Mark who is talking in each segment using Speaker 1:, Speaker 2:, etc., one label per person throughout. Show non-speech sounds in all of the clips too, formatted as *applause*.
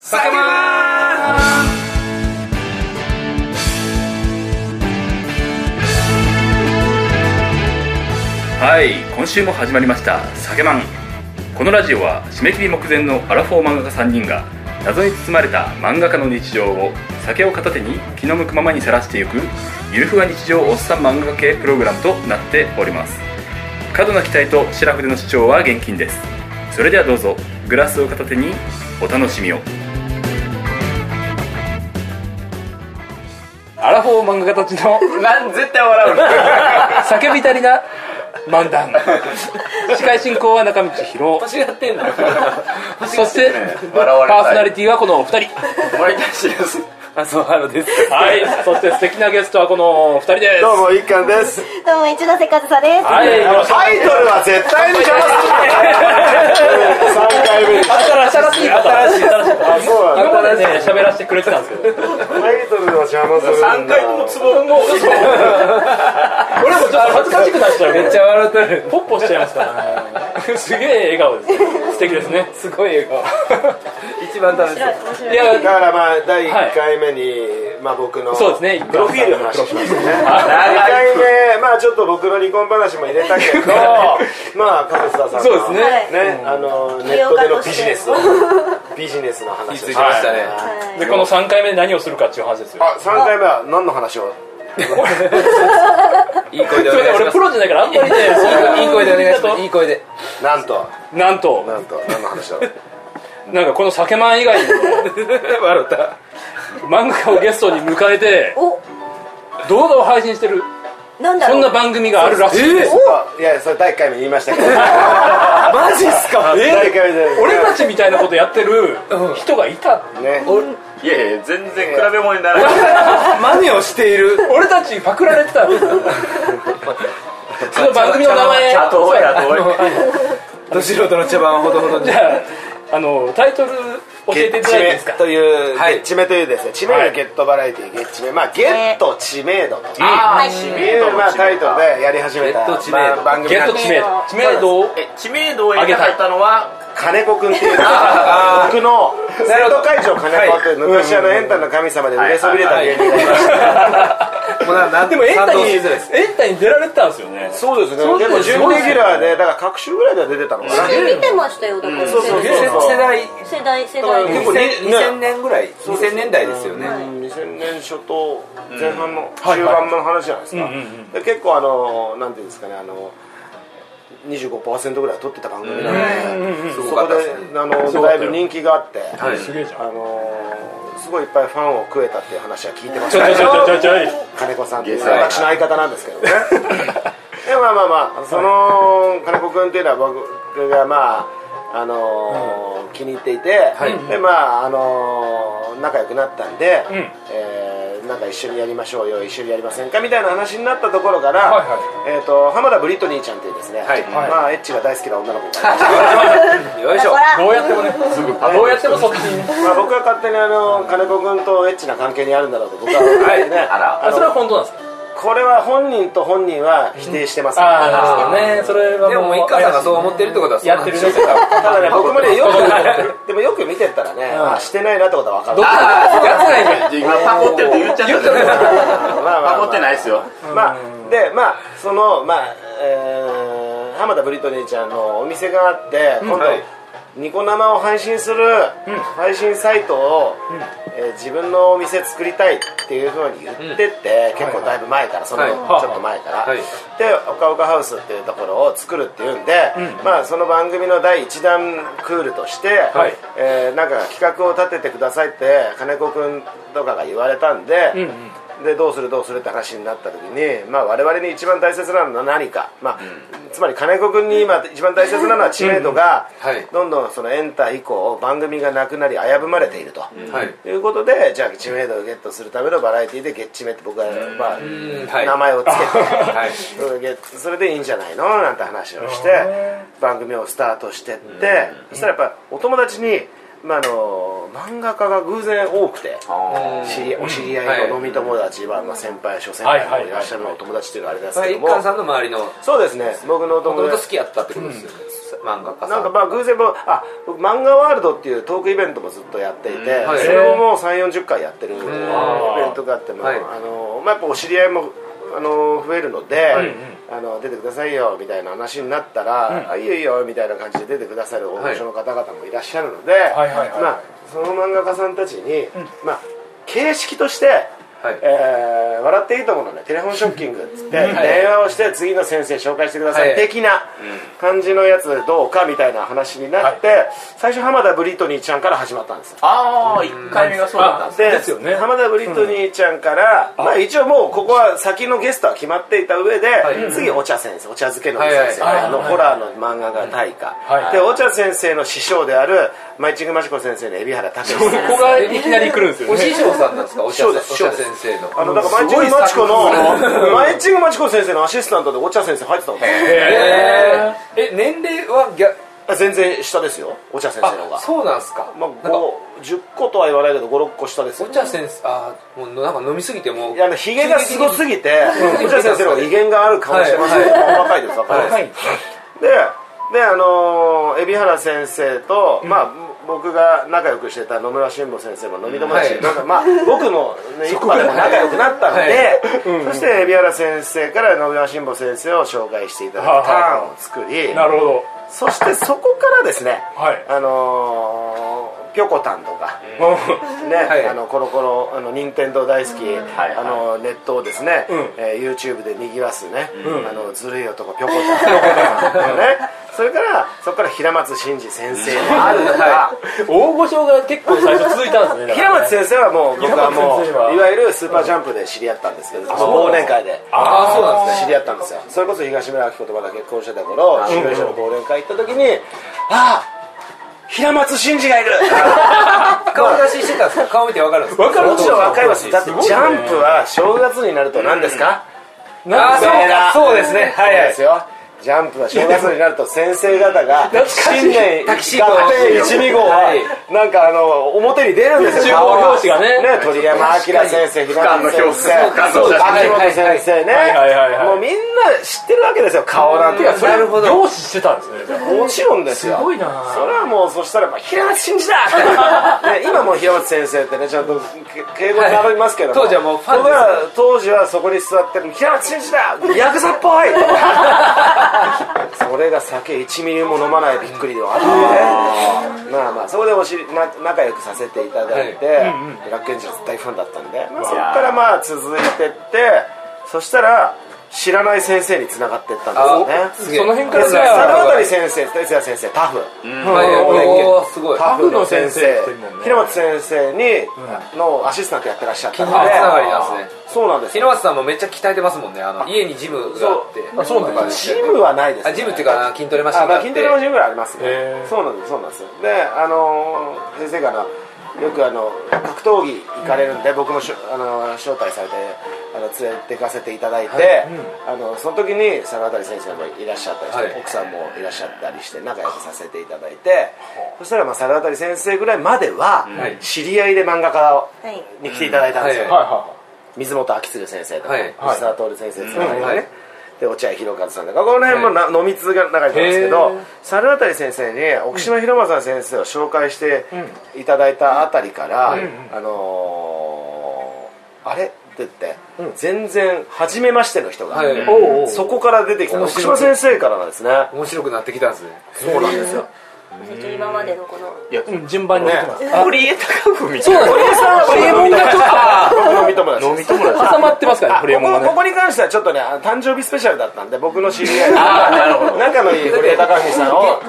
Speaker 1: 叫ばー
Speaker 2: はい今週も始まりました「酒マン」このラジオは締め切り目前のアラフォー漫画家3人が謎に包まれた漫画家の日常を酒を片手に気の向くままにさらしていくゆるふわ日常おっさん漫画家系プログラムとなっております過度な期待と白筆の主張は厳禁ですそれではどうぞグラスを片手にお楽しみをアラフォー漫画家たちの
Speaker 1: なん絶対笑うの
Speaker 2: *laughs* 叫びたりな漫談司会進行は中道博
Speaker 1: 欲しがってんの
Speaker 2: *laughs* そして
Speaker 3: 笑われたい
Speaker 2: パーソナリティはこのお二人
Speaker 1: 森田氏ですあ、そう、ハロです
Speaker 2: はいそして素敵なゲストはこのお二人です
Speaker 3: どうも一貫です。
Speaker 4: どうも一ノ瀬和沙です。
Speaker 2: はいよろしく
Speaker 3: タイトルは絶対に邪魔する。三回目です。
Speaker 2: 新しい新しい新しい
Speaker 3: あ、そうなんだ。
Speaker 2: 今までね喋らせてくれてたんですけど
Speaker 3: タイトルは邪魔するんだ。
Speaker 1: 三回ともツボも
Speaker 2: 俺もちょっと恥ずかしくなっちゃうめっちゃ笑ってるポッポしちゃいますからねすげえ笑顔ですね素敵ですねすごい笑
Speaker 1: 一番楽しい
Speaker 4: 面白
Speaker 2: 顔
Speaker 4: い。
Speaker 2: いや
Speaker 3: だからまあ第一回目に、まあ僕の
Speaker 2: そうですね
Speaker 3: プロフィールの話しましたね。二
Speaker 1: い
Speaker 3: 回目まあちょっと僕の離婚話も入れたけど、まあ勝田さんの
Speaker 2: そうですね
Speaker 3: ねあのネットでのビジネ
Speaker 1: *laughs*
Speaker 3: スのビジネスの話をし
Speaker 2: ましたね
Speaker 3: はい
Speaker 2: でこの3回目で何をするかっていう話ですよ
Speaker 3: あ、三回目は何の話を？
Speaker 1: いい声です
Speaker 2: いません俺プロじゃないからあんまりね
Speaker 1: いい声でお願いしますいい声で
Speaker 3: なんと
Speaker 2: なんと
Speaker 3: なんと何の話だろう。
Speaker 2: なんかこの酒まん以外にも
Speaker 1: 笑った
Speaker 2: 漫画家をゲストに迎えて
Speaker 4: お、
Speaker 2: 動画を配信してる
Speaker 4: なんだろ
Speaker 2: そ
Speaker 4: うん
Speaker 2: な番組があるらしいです
Speaker 3: いやそれ第1回目言いましたけどマジっすか第1回目で
Speaker 2: 俺たちみたいなことやってる人がいた
Speaker 3: ね
Speaker 5: いやいや全然比べ物にならない
Speaker 1: 真似をしている
Speaker 2: 俺たちパクられて *laughs* たその番組の名前
Speaker 5: あと多い
Speaker 2: *laughs*
Speaker 5: あと多い
Speaker 1: ど素人の茶番はほどほどに
Speaker 2: じゃ *laughs* ああのタイトル教えていただいていいですか
Speaker 3: という、
Speaker 1: はい
Speaker 3: ゲッチメというですね知名度ゲットバラエティーゲッチメまあゲット知名度という、
Speaker 4: はい。
Speaker 3: まあ、タイトルでやり始めた
Speaker 1: ゲット知名度
Speaker 3: まあ番組
Speaker 2: ゲ
Speaker 3: な
Speaker 2: ッ
Speaker 3: ん
Speaker 2: ト
Speaker 3: です
Speaker 2: 知名度知名度を
Speaker 5: え知名度を得なかったのは
Speaker 3: 金子くんっていう僕の生徒会長金子っていう昔あのエンタの神様で売れそびれた芸人がいまして
Speaker 1: もうななん
Speaker 2: *laughs* でもエンタにエ
Speaker 1: 賛同しづらいです
Speaker 2: ンタに出られてたんですよね
Speaker 3: そうですね
Speaker 2: そうです
Speaker 3: 結
Speaker 2: ね
Speaker 3: 構準レギュラーでだから各週ぐらいでは出てたのかな
Speaker 4: 見てましたよ。だから
Speaker 3: そうそう
Speaker 1: 世世代
Speaker 4: 世代世代。
Speaker 1: 結構に2000年ぐらい2000年代ですよね
Speaker 3: うん2000年初頭前半の中盤の話じゃないですか、で結構あのなんていうんですかねあの25%ぐらいは取ってた番組なので、そ
Speaker 1: すご
Speaker 3: こ
Speaker 1: かっ
Speaker 3: で
Speaker 1: たですね
Speaker 3: あの
Speaker 2: すごかっ
Speaker 3: だ
Speaker 2: た
Speaker 3: い
Speaker 2: よ
Speaker 3: ぶ人気があって、
Speaker 1: はい
Speaker 2: すげえじゃん
Speaker 3: あのすごいいっぱいファンを食えたっていう話は聞いてまし
Speaker 2: ちょ
Speaker 3: た
Speaker 2: ち
Speaker 3: け
Speaker 2: ょち
Speaker 3: ど
Speaker 2: ょちょちょい
Speaker 3: 金子さんっていう
Speaker 5: ゲスはい
Speaker 3: 私の相方なんですけどねでまあまあまあその金子君っていうのは僕がまああのー気に入っていて、でまああのー仲良くなったんで、
Speaker 2: ん
Speaker 3: えーなんか一緒にやりましょうよ一緒にやりませんかみたいな話になったところから、
Speaker 2: はい
Speaker 3: えー、と浜田ブリトニーちゃんっていうですね、
Speaker 1: はい
Speaker 3: まあエッチが大好きな女の子が、
Speaker 2: *laughs*
Speaker 1: よいしょ
Speaker 4: ほら。
Speaker 2: どうやってもねあどうやってもそっちに
Speaker 3: まあ、僕は勝手にあの金子君とエッチな関係にあるんだろうと僕は思って、ね
Speaker 5: あら
Speaker 2: あそれは本当なんですか
Speaker 3: これは本人と本人は否定してます、
Speaker 2: ああなるほどねそれは
Speaker 1: でももう一貫さんがそう思ってるってことはそう
Speaker 2: や
Speaker 1: な
Speaker 2: っ
Speaker 1: ん
Speaker 2: て
Speaker 1: で
Speaker 2: る
Speaker 1: し
Speaker 2: ね
Speaker 1: ょうね
Speaker 3: ただね僕もねよくでもよく見てったらね、あしてないなってことは分かる
Speaker 2: どっちもやってないじゃん
Speaker 5: パコってるって言っちゃったじゃない
Speaker 3: まあまあ
Speaker 5: パ
Speaker 3: ま
Speaker 5: コ
Speaker 3: あ
Speaker 5: ってないですよ
Speaker 3: まあでまあそのまあ、えー浜田ブリトニーちゃんのお店があって、今度、
Speaker 1: はい
Speaker 3: ニコ生を配信する配信サイトを、えー自分のお店作りたいっていうふうに言ってって、結構だいぶ前からその、
Speaker 1: はい
Speaker 3: ちょっと前から、
Speaker 1: はい
Speaker 3: で「おかおかハウス」っていうところを作るっていうんで、まあ、その番組の第1弾クールとして、
Speaker 2: はい
Speaker 3: えーなんか企画を立ててくださいって金子君とかが言われたんで、でどうするどうするって話になった時に、まあ、我々に一番大切なのは何か、まあつまり金子君に今一番大切なのは知名度が、
Speaker 1: うんはい
Speaker 3: どんどんそのエンタ以降番組がなくなり危ぶまれていると。
Speaker 1: はい
Speaker 3: ということでじゃあ知名度をゲットするためのバラエティで「ゲッチメ」って僕は、まあ
Speaker 1: んはい
Speaker 3: 名前をつけ *laughs* て、
Speaker 1: はい
Speaker 3: うんゲッそれでいいんじゃないのなんて話をして番組をスタートしてってそしたらやっぱお友達に、まあ、あの漫画家が偶然多くて知りお知り合いの飲み友達は、まあ、先輩諸先輩もいらっしゃるのお友達っていうのはあれです
Speaker 1: そ
Speaker 3: け
Speaker 1: れは
Speaker 3: ど
Speaker 1: 一
Speaker 3: も
Speaker 1: 貫さんの周りのも
Speaker 3: そうですね僕のお
Speaker 1: と
Speaker 3: 友
Speaker 1: もと
Speaker 3: 達
Speaker 1: 好きやったってことですよね漫画家さ
Speaker 3: なんんかまあ偶然もあ漫画ワールドっていうトークイベントもずっとやっていて、
Speaker 1: うんはい
Speaker 3: それをもう3 4 0回やってるイベン
Speaker 6: あー
Speaker 3: トがあっても、
Speaker 1: はい
Speaker 3: あのまあ、やっぱお知り合いもあの増えるので、
Speaker 6: い
Speaker 3: あの出てくださいよみたいな話になったら、あいいよいいよみたいな感じで出てくださる大御所の方々もいらっしゃるので、
Speaker 2: いはいはい
Speaker 3: まあ、その漫画家さんたちに、まあ、形式として
Speaker 1: はい
Speaker 3: えー笑っていいと思うのねテレフォンショッキングっつって電話をして次の先生紹介してください、
Speaker 1: はい
Speaker 3: 的な感じのやつどうかみたいな話になって、最初浜田ブリトニーちゃんから始まったんですよ
Speaker 7: ああ1回目がそうだったんです
Speaker 3: で
Speaker 2: ですよね
Speaker 3: 浜田ブリトニーちゃんから、まあ、一応もうここは先のゲストは決まっていた上で、
Speaker 1: はい
Speaker 3: 次お茶先生お茶漬けの先生、
Speaker 1: はいはい
Speaker 3: あのホラーの漫画が大化、
Speaker 2: はい
Speaker 3: でお茶先生の師匠であるマイチングマシコ先生の海老原武史さん
Speaker 2: ここがいきなり来るんですよ
Speaker 1: お
Speaker 2: ね
Speaker 1: 師匠さんなんですかお師匠さんお
Speaker 3: 師
Speaker 1: 師
Speaker 3: 匠
Speaker 1: 匠
Speaker 3: です
Speaker 1: 先生の
Speaker 3: あのだからマイチングマチコのマイチングマチコ先生のアシスタントでお茶先生入ってたもんね
Speaker 1: えーえ年齢はギャ
Speaker 3: 全然下ですよお茶先生の方
Speaker 1: あ
Speaker 3: が
Speaker 1: そうなんですか
Speaker 3: まあ、5 10個とは言わないけど56個下です
Speaker 1: お
Speaker 3: よ
Speaker 1: 茶先生あーもうなんか飲みすぎてもう
Speaker 3: いやあのひげがすごすぎてお茶先生の方が威厳がある顔してますね、
Speaker 1: は
Speaker 3: 若いです若いです、
Speaker 1: は
Speaker 2: はい
Speaker 3: でであのー海老原先生と、まあ僕が仲良くしてた野村新吾先生も飲み友達、
Speaker 1: はい
Speaker 3: なんかまあ僕の、ね、一派でも仲良くなったので、そして海老原先生から野村新吾先生を紹介していただくターンを作り、
Speaker 2: なるほど
Speaker 3: そしてそこからですね、
Speaker 2: はい
Speaker 3: あのーピョコタンとか、ね、
Speaker 1: はい
Speaker 3: あのコロコロあの任天堂大好き、
Speaker 7: い
Speaker 3: あのネットをですね、
Speaker 2: ん
Speaker 3: えー YouTube で賑わすね、あのずるい男ピョコタンとかねそれからそこから平松真二先生もあるのが
Speaker 2: 大御所が結構最初続いたんですね
Speaker 3: 平松先生はもう僕はも
Speaker 2: 平松先生は
Speaker 3: ういわゆるスーパージャンプで知り合ったんですけど、まあ忘年会で。
Speaker 1: ああそうなんですね
Speaker 3: 知り合ったんですよそれこそ東村明子とまだ結婚してた頃新聞社の忘年会行った時に「ああ平松真二がいる!
Speaker 1: *laughs* 顔出ししてたんですか顔見てわかるんですか」
Speaker 2: わかる
Speaker 3: もちろん分かりますだって
Speaker 2: すごいね
Speaker 3: ジャンプは正月になると何ですか
Speaker 1: ああそうかそうですねは
Speaker 3: そう
Speaker 1: いは
Speaker 3: で
Speaker 1: い
Speaker 3: すよジャンプは正月になると先生方が
Speaker 2: 懐かしい
Speaker 3: 新年合
Speaker 1: タキシード
Speaker 3: 併12号は
Speaker 1: はい
Speaker 3: なんかあの表に出るんです
Speaker 2: 中
Speaker 3: よ
Speaker 2: 央
Speaker 3: 顔
Speaker 2: 表紙がね
Speaker 3: 鳥山明先生平松先生
Speaker 7: 俯瞰の表紙俯瞰の写
Speaker 1: 真
Speaker 3: 秋元先生ね
Speaker 2: はいはいはいはい
Speaker 3: もうみんな知ってるわけですよ顔なんて
Speaker 2: いやそれ
Speaker 1: なるほど
Speaker 2: 凝視してたんですねじゃ
Speaker 3: もちろんですよ
Speaker 2: すごいな
Speaker 3: それはもうそしたらまあ平松真二
Speaker 1: *laughs*
Speaker 3: だね今もう平松先生ってねちゃんとけ敬語に並びますけども
Speaker 1: はい当時はもうファンです
Speaker 3: 僕は当時はそこに座ってる平松真二だヤクザっぽい
Speaker 1: *laughs*
Speaker 3: それが酒1ミリも飲まないびっくりではあってねまあまあそこでおしな仲良くさせていただいて、楽園寺の大ファンだったんで、まあ、そこからまあ続いてってそしたら知らない先生に繋がってったんですよね
Speaker 1: すげえ
Speaker 2: その辺から
Speaker 3: でそ
Speaker 2: じ
Speaker 3: れ
Speaker 2: ゃあ
Speaker 3: 猿渡先生哲也先生タフ、
Speaker 1: はいおーすごい
Speaker 3: タフの先
Speaker 2: タ
Speaker 3: 生
Speaker 2: フの先生ってもんね
Speaker 3: 平松先生に、のアシスタントやってらっしゃったので
Speaker 1: あつながりなんですね
Speaker 3: そうなんです
Speaker 1: 平松さんもめっちゃ鍛えてますもんねあの家にジムがあって
Speaker 2: あそうなんだ
Speaker 3: ジムはないです、
Speaker 1: あジムっていうかあ筋トレマシ
Speaker 3: あ、
Speaker 1: ン
Speaker 3: まあ、
Speaker 1: があって
Speaker 3: 筋トレのジムがありますね
Speaker 2: へー
Speaker 3: そうなんですそうなんですよであのー先生があのよくあの格闘技行かれるんで、僕もしょあのー招待されてあの連れて行かせていただいて、あのその時に猿渡先生もいらっしゃったりして、
Speaker 1: はい
Speaker 3: 奥さんもいらっしゃったりして仲良くさせていただいてそしたら、まあ、猿渡先生ぐらいまでは、
Speaker 1: はい
Speaker 3: 知り合いで漫画家
Speaker 4: はい
Speaker 3: に来ていただいたんですよ、
Speaker 1: うん
Speaker 2: はいは
Speaker 3: 水本明次先生とか、
Speaker 1: はい
Speaker 3: 藤沢徹先生とかね、
Speaker 1: はい
Speaker 3: で落合博和さんとかこの辺もな、飲み続け仲良いんですけ
Speaker 2: へ
Speaker 3: ど
Speaker 2: ー
Speaker 3: 猿渡先生に奥島博正先生を紹介していただいたあたりから、あのーあれって言って、全然初めましての人が、
Speaker 1: はい
Speaker 2: いはいおうおう
Speaker 3: そこから出てきた
Speaker 1: 面
Speaker 3: 奥
Speaker 1: 白い
Speaker 3: 島先生からなんですね
Speaker 1: 面白くなってきたんですね
Speaker 3: そうなんですよ
Speaker 4: 本当に今までのこの
Speaker 2: うん順番に来てます
Speaker 7: 堀江貴文
Speaker 2: そうなんですよホリエモンがちょっ
Speaker 3: *laughs* 僕飲み友達です
Speaker 2: と挟まってますからね
Speaker 3: あ
Speaker 2: ホリエモン
Speaker 3: こ
Speaker 2: が
Speaker 3: ここ
Speaker 2: ね
Speaker 3: こに関してはちょっとねあの誕生日スペシャルだったんで僕の知り合いの仲のいい堀江貴文さん
Speaker 2: *laughs*
Speaker 3: を
Speaker 1: はい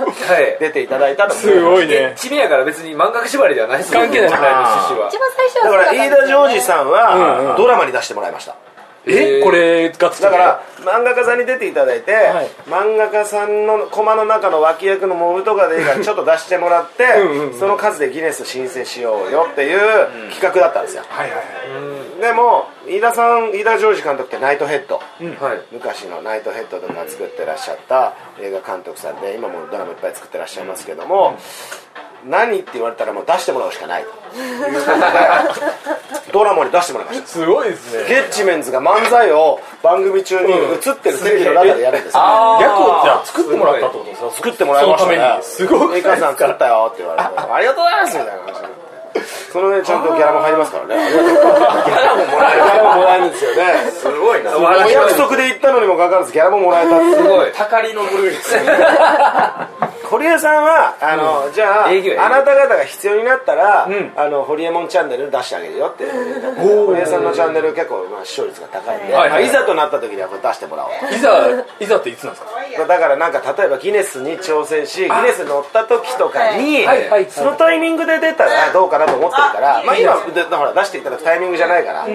Speaker 3: 出ていただいたの
Speaker 2: すごいね
Speaker 1: 地味やから別に漫画家縛りではないです
Speaker 2: 関係ない
Speaker 1: 本来の趣旨は
Speaker 4: 一番最初は
Speaker 3: だから飯田ジョージ
Speaker 4: ん
Speaker 3: さん
Speaker 2: うんう
Speaker 3: は
Speaker 2: ん
Speaker 3: ドラマに出してもらいました
Speaker 2: えこれがつ
Speaker 3: だから漫画家さんに出ていただいて、
Speaker 2: はい
Speaker 3: 漫画家さんのコマの中の脇役のモブとかでいいからちょっと出してもらってその数でギネス申請しようよっていう企画だったんですよ、
Speaker 2: はいはいはい
Speaker 3: でも飯田さん飯田ジョージ監督ってナイトヘッド、
Speaker 1: はい
Speaker 3: 昔のナイトヘッドとか作ってらっしゃった映画監督さんで今もドラマいっぱい作ってらっしゃいますけども、何って言われたらもう出してもらうしかないということでドラマに出してもらいました
Speaker 7: すごいですね
Speaker 3: ゲッチメンズが漫才を番組中に映ってるテレビの中でやるんですよ、
Speaker 7: 役をじゃあ作ってもらったってことですか
Speaker 3: 作ってもらいましたね
Speaker 7: そのためにすごくな
Speaker 3: 美
Speaker 7: いですか
Speaker 3: 香さん作ったよって言われてありがとうございますみたいな話になってその上ちゃんとギャラも入りますからねありがとうギャラももらえるギャラももらえるんですよね
Speaker 1: すごいな。お
Speaker 3: お約束で行ったのにもかかわらずギャラももらえたって
Speaker 1: す
Speaker 3: いう
Speaker 1: ごい。
Speaker 7: たかりのブルーですね
Speaker 3: 堀江さんはあの、じゃあ
Speaker 1: 営業営業
Speaker 3: あなた方が必要になったら、あの堀江門チャンネル出してあげるよって堀江さんのチャンネル結構、まあ、視聴率が高いんで、
Speaker 2: はいはい
Speaker 3: まあいざとなった時にはこれ出してもらおう
Speaker 2: いざいざっていつなんですか
Speaker 3: だからなんか例えばギネスに挑戦しギネスに乗った時とかに
Speaker 2: はいはい
Speaker 3: そのタイミングで出たらどうかなと思ってるからまあ今でほら出していただくタイミングじゃないからあえ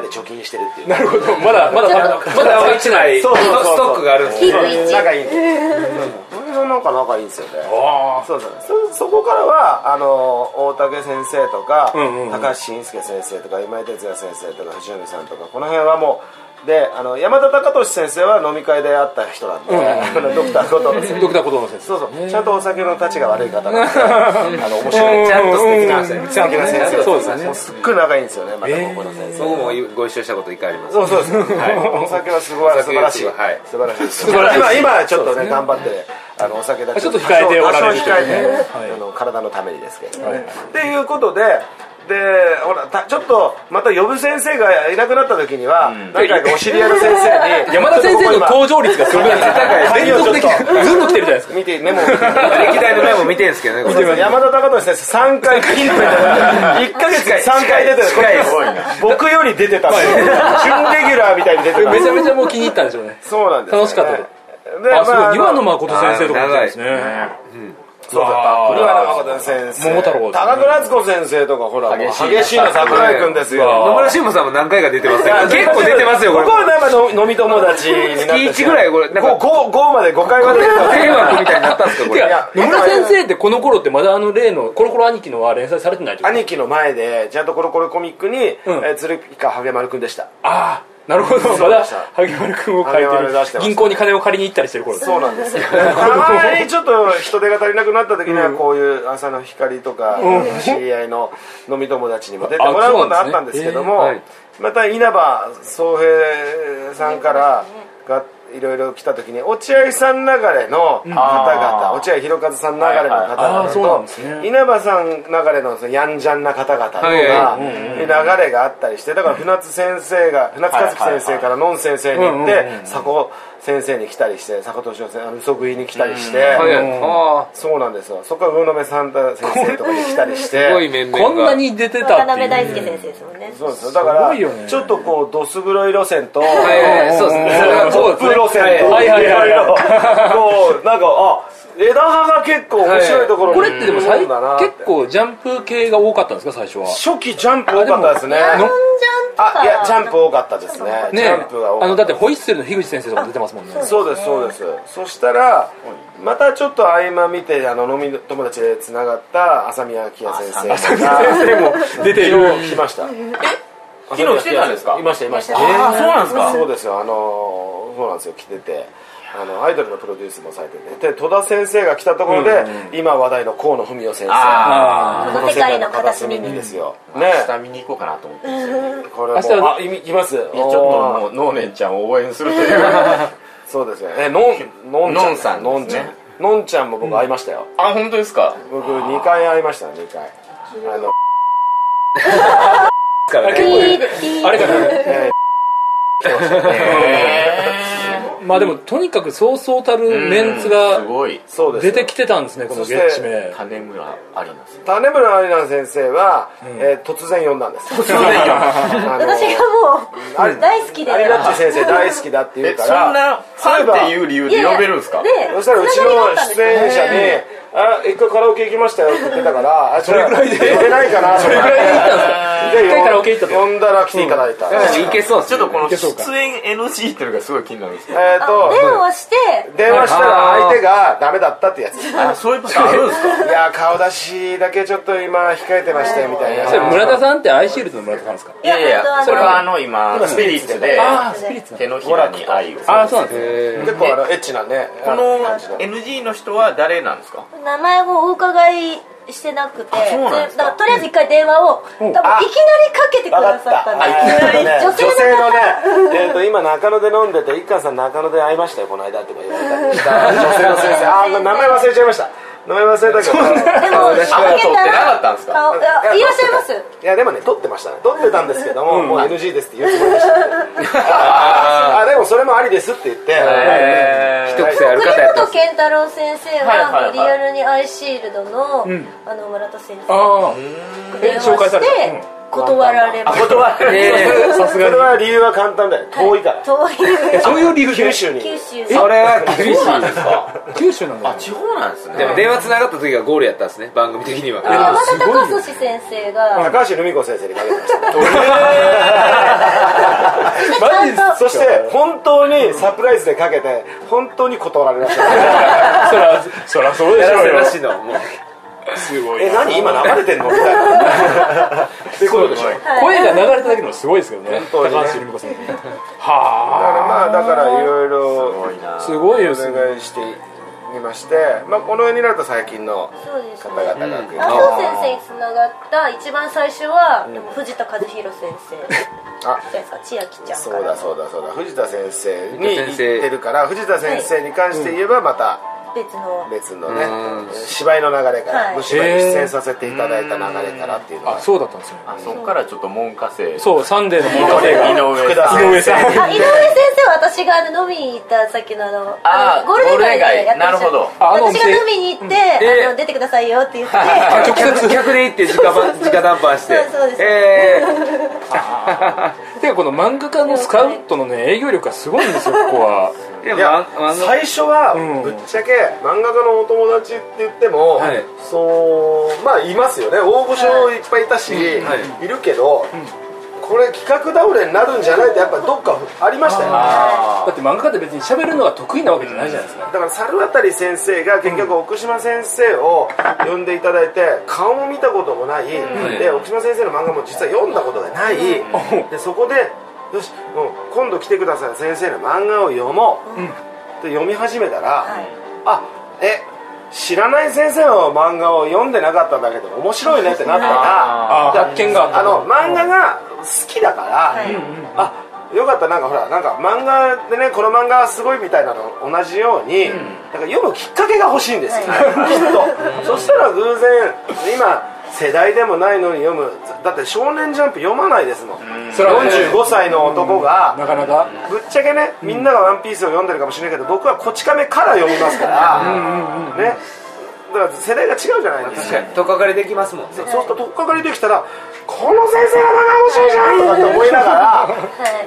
Speaker 3: て貯金してるっていう
Speaker 2: なるほどまだまだま
Speaker 1: まだ
Speaker 2: だ
Speaker 1: 落ちない。スト
Speaker 3: そうそうそうそう
Speaker 1: ックがあるんですね。
Speaker 3: 仲いいんですよなんか仲いいんですよねそうそうそそこからはあの大竹先生とか、高橋伸介先生とか今井哲也先生とか藤波さんとかこの辺はもうであの山田孝俊先生は飲み会で会った人なんで、あ *laughs* のドクターこと先生
Speaker 2: ドクター小園先生
Speaker 3: そうそうちゃんとお酒の立ちが悪い方なんで
Speaker 2: *laughs*
Speaker 3: あの面白い
Speaker 1: ちゃんと素敵な先
Speaker 3: 素敵な先生
Speaker 2: そうですね
Speaker 3: もうすっごい仲いいんですよねまたここの先生、
Speaker 1: 僕もご一緒したこと一回あります。
Speaker 3: そうそうです、はい、お酒はすご
Speaker 1: お
Speaker 3: い素
Speaker 1: 酒
Speaker 3: 晴
Speaker 1: は
Speaker 3: らし
Speaker 1: す
Speaker 3: い、
Speaker 1: ごいはい
Speaker 3: 素晴らしいです
Speaker 2: 素晴らしいです
Speaker 3: 今今ちょっとね頑張ってあのお酒だけ
Speaker 2: ちょっと控えておられる
Speaker 3: 多
Speaker 2: と
Speaker 3: 少
Speaker 2: い
Speaker 3: 控
Speaker 2: うね
Speaker 3: えて、
Speaker 2: はい
Speaker 3: あの体のためにですけどね、っていうことででほらたちょっとまた呼ぶ先生がいなくなった時には、何回かお知り合いの先生に
Speaker 2: 山田先生の
Speaker 3: ちょっとここ
Speaker 2: 登場率がすごい
Speaker 3: 今
Speaker 2: 連続できてるずっと来てるじゃないですか
Speaker 3: 今見てメモを見て
Speaker 2: *laughs*
Speaker 1: 歴代のメモ見てるんですけどね、これ
Speaker 3: 山田孝俊先生3回ピンプで1ヶ月に3回出てる僕より出てたんですよ準レギュラーみたいに出てたん
Speaker 2: め
Speaker 3: です
Speaker 2: ちゃ
Speaker 3: よ
Speaker 2: めちゃもう気に入ったんでしょうね
Speaker 3: そうなんですよね
Speaker 2: 楽しかったで
Speaker 3: で
Speaker 2: あす
Speaker 3: ま
Speaker 2: ご
Speaker 3: あ
Speaker 2: い岩野誠先生とか来てるんですね
Speaker 3: そうだった栗原誠先生
Speaker 2: 桃太郎ですね
Speaker 3: 高倉敦子先生とかほらもう激しいの桜井君です
Speaker 1: 野
Speaker 3: よ
Speaker 1: 村慎吾さんも何回か出てますね。結構出てますよ、こ
Speaker 3: こ
Speaker 1: れ
Speaker 3: こ。はなんかの飲み友達になって
Speaker 1: 月1ぐらいこれなんか
Speaker 3: 5, まで5回まで出てた
Speaker 1: 迷惑みたいになったんですか、こ
Speaker 2: い
Speaker 1: れ。
Speaker 2: や野村先生ってこの頃ってまだあの例のコロコロ兄貴のは連載されてないってこと
Speaker 3: 兄貴の前でちゃんとコロコロコミックに、
Speaker 2: ん
Speaker 3: えー鶴岡ハゲマルくんでした
Speaker 2: ああなるほどま
Speaker 3: そう
Speaker 2: だ
Speaker 3: でした
Speaker 2: 萩原君を書いて
Speaker 3: 萩原出して
Speaker 2: る
Speaker 3: ました
Speaker 2: 銀行に金を借りに行ったりしてる頃
Speaker 3: そうなんですよたまにちょっと人手が足りなくなった時にはこういう朝の光とか知り合いの飲み友達にも出てもらうことあったんですけども、
Speaker 1: あそうなんです
Speaker 3: また稲葉宗平さんからがいろいろ来た時に落合さん流れの方々、落合博和さん流
Speaker 2: はい
Speaker 3: れの方
Speaker 2: はいあ
Speaker 3: 々
Speaker 2: ー
Speaker 3: と、
Speaker 2: そうなんですね
Speaker 3: 稲葉さん流れのそのやんじゃんな方々とか、
Speaker 1: はいは
Speaker 3: 流れがあったりしてだから船津先生が船津和樹先生からのん先生に行って、佐古先生に来たりして佐古敏夫先生あの嘘食いに来たりして、
Speaker 1: は
Speaker 3: そうなんですよそこから魚目三太先生とかに来たりし
Speaker 1: い。すごい
Speaker 3: て
Speaker 1: 面々が。
Speaker 2: こんなに出てた
Speaker 4: 渡
Speaker 2: ってい
Speaker 4: 辺
Speaker 2: う
Speaker 4: 大輔先生ですもんね
Speaker 3: そうですよだか
Speaker 2: す
Speaker 3: ら、
Speaker 2: ごいよね
Speaker 3: ちょっとこうどす黒い路線と、
Speaker 1: はいはいはい。そうですね。それが
Speaker 3: トップ路線と、
Speaker 2: はいはいはいはい
Speaker 3: こうなんかあ枝葉が結構面白いところに
Speaker 2: これってでも
Speaker 3: い
Speaker 2: 最
Speaker 3: るんだなって
Speaker 2: 結構ジャンプ系が多かったんですか最初は
Speaker 3: 初期ジャンプ多かったですね
Speaker 2: の
Speaker 3: あいやジャンプ多かったですねジ
Speaker 2: ね
Speaker 3: ャンプが多
Speaker 2: あ
Speaker 3: か
Speaker 2: の
Speaker 3: った
Speaker 2: だってホイッスルの樋口先生とか出てますもんね
Speaker 3: そうですそうですそしたらまたちょっと合間見てあの飲み友達でつながった浅見明先生が先生も
Speaker 2: 出ている
Speaker 3: 昨日来ました
Speaker 7: 昨日来てたんですか
Speaker 3: いましたいました
Speaker 7: ああそうなんですか
Speaker 3: そうですよあのそうなんですよ来ててあのアイドルのプロデュースもされててで戸田先生が来たところで、今話題の河野文雄先生
Speaker 7: あ
Speaker 4: この世界の片隅に
Speaker 3: ですよ、
Speaker 7: あ
Speaker 3: ね
Speaker 7: 明日見に行こうかなと思ってるんですよね
Speaker 3: これも
Speaker 2: 明日は
Speaker 3: あいいますちょっ
Speaker 7: いやちょっともうノーネンちゃんを応援するというあ
Speaker 3: そうですねえのんのんちゃ
Speaker 7: のんさん
Speaker 3: のん
Speaker 7: で
Speaker 3: ち
Speaker 7: す
Speaker 3: ゃ
Speaker 7: ね
Speaker 3: んのんちゃんも僕会いましたよ、
Speaker 7: 本当ですか
Speaker 3: 僕2回会いました2回あの
Speaker 2: あれかな
Speaker 7: へ
Speaker 2: まあでもとにかくそうそうたる
Speaker 7: え
Speaker 2: メンツ
Speaker 7: す
Speaker 2: が
Speaker 7: ごい
Speaker 3: そうです
Speaker 2: 出
Speaker 3: よ
Speaker 2: てきてたんですねこの
Speaker 3: そし
Speaker 2: ゲ
Speaker 3: て
Speaker 2: ッチ名
Speaker 7: 金村アリナさん
Speaker 3: 種村有奈先生は、えー突然呼んだんです突然呼んだ
Speaker 4: 私が
Speaker 3: あ
Speaker 4: も
Speaker 3: れ
Speaker 4: う大好きで
Speaker 3: 有奈先生大好きだって言
Speaker 7: え
Speaker 3: うか
Speaker 7: そん
Speaker 3: ら
Speaker 7: なファンっていう理由で呼べるんですか
Speaker 4: で
Speaker 3: そしたらうちの出演者に「あ一回カラオケ行きましたよ」って言ってたからあ「それぐらいで呼べないかな」それぐらいで行ったんです
Speaker 2: 一回カラオケ行ったと
Speaker 3: 呼んだら来ていただいた、え
Speaker 1: いけそうです
Speaker 7: ちょ
Speaker 1: ね
Speaker 7: っとこの
Speaker 2: いけそうか
Speaker 7: 出演 NG っていうのがすごい気になるんですけど
Speaker 3: っ、と
Speaker 4: 電話して
Speaker 3: 電話したら相手がダメだったってやつい
Speaker 7: あそういうパターンあるんですか
Speaker 3: や顔出しだけちょっと今控えてましてみたいな
Speaker 2: それ村田さんってアイシールドの村田さんですか
Speaker 7: いやいや
Speaker 4: 本当あの
Speaker 7: それはあの今スピリッツで
Speaker 2: ああスピリッツの
Speaker 7: 手のひらに愛を
Speaker 2: ああそうなんですね
Speaker 3: 結構あのエッチなね
Speaker 7: こ
Speaker 3: あ
Speaker 7: の
Speaker 3: 感じの
Speaker 7: NG の人は誰なんですか
Speaker 4: 名前をお伺いしてなくて
Speaker 7: あそうなんですか
Speaker 4: だからとりあえず一回電話を多分いきなりかけてくださったん
Speaker 3: あ
Speaker 4: です
Speaker 3: いきなり
Speaker 4: 女
Speaker 3: 女
Speaker 4: 性の
Speaker 3: 性のね、えっと今中野で飲んでて、一貫さん中野で会いましたよこの間とか言われたりした。女性の先生、 *laughs* あ名前忘れちゃいました。名前忘れたけど。
Speaker 4: でも
Speaker 7: 私は
Speaker 4: かけ
Speaker 7: 撮ったてな
Speaker 4: ら
Speaker 7: かったんですか
Speaker 4: 顔いやいらっしゃいます
Speaker 3: いやでもね撮ってましたね撮ってたんですけども、もう NG ですって言うつもりでしたああでもそれもありですって言って、
Speaker 1: えー一癖ある方やったん
Speaker 4: 栗
Speaker 1: で
Speaker 4: 本健太郎先生
Speaker 7: はいはいは
Speaker 4: はいリアルにアイシールドの、あの村田先生
Speaker 2: あ
Speaker 4: に電話
Speaker 2: え紹介さ
Speaker 4: し
Speaker 2: れたうん
Speaker 4: て断られました
Speaker 7: 断る
Speaker 2: さすが
Speaker 3: それは理由は簡単だよ遠いから、
Speaker 4: 遠い
Speaker 2: にそういう理由
Speaker 3: 九州に
Speaker 4: 九州
Speaker 1: すそれは厳し
Speaker 7: そうなん
Speaker 1: い
Speaker 7: ですか
Speaker 2: 九州なんだ
Speaker 7: あ地方なんですね
Speaker 1: でも電話つながった時がゴールやったんですね番組的には
Speaker 4: 山
Speaker 2: もす
Speaker 4: 田
Speaker 2: ごい
Speaker 4: 孝俊先生が
Speaker 3: 高橋留美子先生にかけてました
Speaker 4: ちゃん
Speaker 3: そ
Speaker 4: と
Speaker 3: して本当にサプライズでかけて本当に断られました
Speaker 2: そらそらそうで
Speaker 1: や
Speaker 2: し
Speaker 1: ら
Speaker 2: ょう
Speaker 1: せ
Speaker 2: よ
Speaker 1: らしいのもう
Speaker 2: すごい
Speaker 3: え何今流れてんの *laughs* みたいなってことでしょ
Speaker 4: はい
Speaker 2: 声が流れただけでもすごいですけどね
Speaker 3: 当にね
Speaker 2: 高橋留美子さんは
Speaker 3: まあだからいろいろ
Speaker 7: すごいな
Speaker 2: あすごい
Speaker 3: お
Speaker 2: ですね
Speaker 3: 願いしてみまして、まあ、このようになると最近の
Speaker 4: そうです
Speaker 3: 方
Speaker 4: ね
Speaker 3: 々が来る、
Speaker 4: 麻生先生につながった一番最初は、でも藤田和弘先生
Speaker 3: あ
Speaker 4: じゃないですか千秋ちゃんか
Speaker 3: そう
Speaker 4: ら
Speaker 3: だそうだそうだ藤田先生に
Speaker 1: 藤田
Speaker 3: 行
Speaker 1: 先
Speaker 3: っ
Speaker 1: 生
Speaker 3: てるから藤田先生に関して言えばまた
Speaker 4: 別の
Speaker 3: 別のね芝居の流れか
Speaker 4: は
Speaker 3: ら
Speaker 4: い
Speaker 3: ご芝居に出演させていただいた流れからっていうの
Speaker 2: あ
Speaker 3: は
Speaker 2: そうだったんですよ
Speaker 7: あそこからちょっと文科生
Speaker 2: そうサンデーの物語
Speaker 7: 井
Speaker 2: が
Speaker 7: 上
Speaker 3: 福田
Speaker 7: さ
Speaker 3: さ
Speaker 7: ん
Speaker 3: ん
Speaker 2: 井上さん
Speaker 4: あ井上先生は私があの飲みに行ったさっきのあの
Speaker 7: あー
Speaker 4: あのゴールデン街でやって
Speaker 7: ゴールデン街なるほど
Speaker 2: ああのお
Speaker 4: 私
Speaker 2: 店
Speaker 4: が飲みに行って、あの出てくださいよって言って
Speaker 1: あ直接客で行って直 *laughs* ば直談判して
Speaker 4: そうそうです
Speaker 1: え
Speaker 2: てかこの漫画家のスカウトのね営業力がすごいんですよここは
Speaker 1: えい
Speaker 3: いや
Speaker 1: やまあの
Speaker 3: 最初は
Speaker 2: うん
Speaker 3: ぶっちゃけ漫画家のお友達って言っても、
Speaker 1: はい
Speaker 3: そうまあいますよね大御所いっぱいいたし、、
Speaker 1: はい
Speaker 3: るけど、これ企画倒れになるんじゃないってやっぱどっかありましたよね
Speaker 2: だって漫画家って別に喋るのが得意なわけじゃないじゃないですか
Speaker 3: だから猿渡先生が結局奥島先生を呼んでいただいて顔も見たこともない、
Speaker 1: ん
Speaker 3: で奥島先生の漫画も実は読んだことがない、でそこでよし、うん、今度来てください先生の漫画を読もう、で読み始めたら、
Speaker 4: はい
Speaker 3: あえ知らない先生の漫画を読んでなかったんだけど面白いねってなったら
Speaker 2: あー発見があった
Speaker 3: あの漫画が好きだから、
Speaker 4: はい
Speaker 3: あよかったなんかほらなんか漫画でねこの漫画すごいみたいなの同じように、なんか読むきっかけが欲しいんですよ、きっとそしたら偶然今世代でもないのに読むだって「少年ジャンプ」読まないですもん
Speaker 2: それはね
Speaker 3: 45歳の男が、
Speaker 2: なかなか
Speaker 3: ぶっちゃけねみんなが「ワンピースを読んでるかもしれないけど僕は「こち亀」から読みますからねだから世代が違うじゃないです
Speaker 1: 確
Speaker 3: か
Speaker 1: かにとっかかりできますもんね
Speaker 3: そうすると取っかかりできたら「この先生の名前欲しいじゃん!」とかって思いながら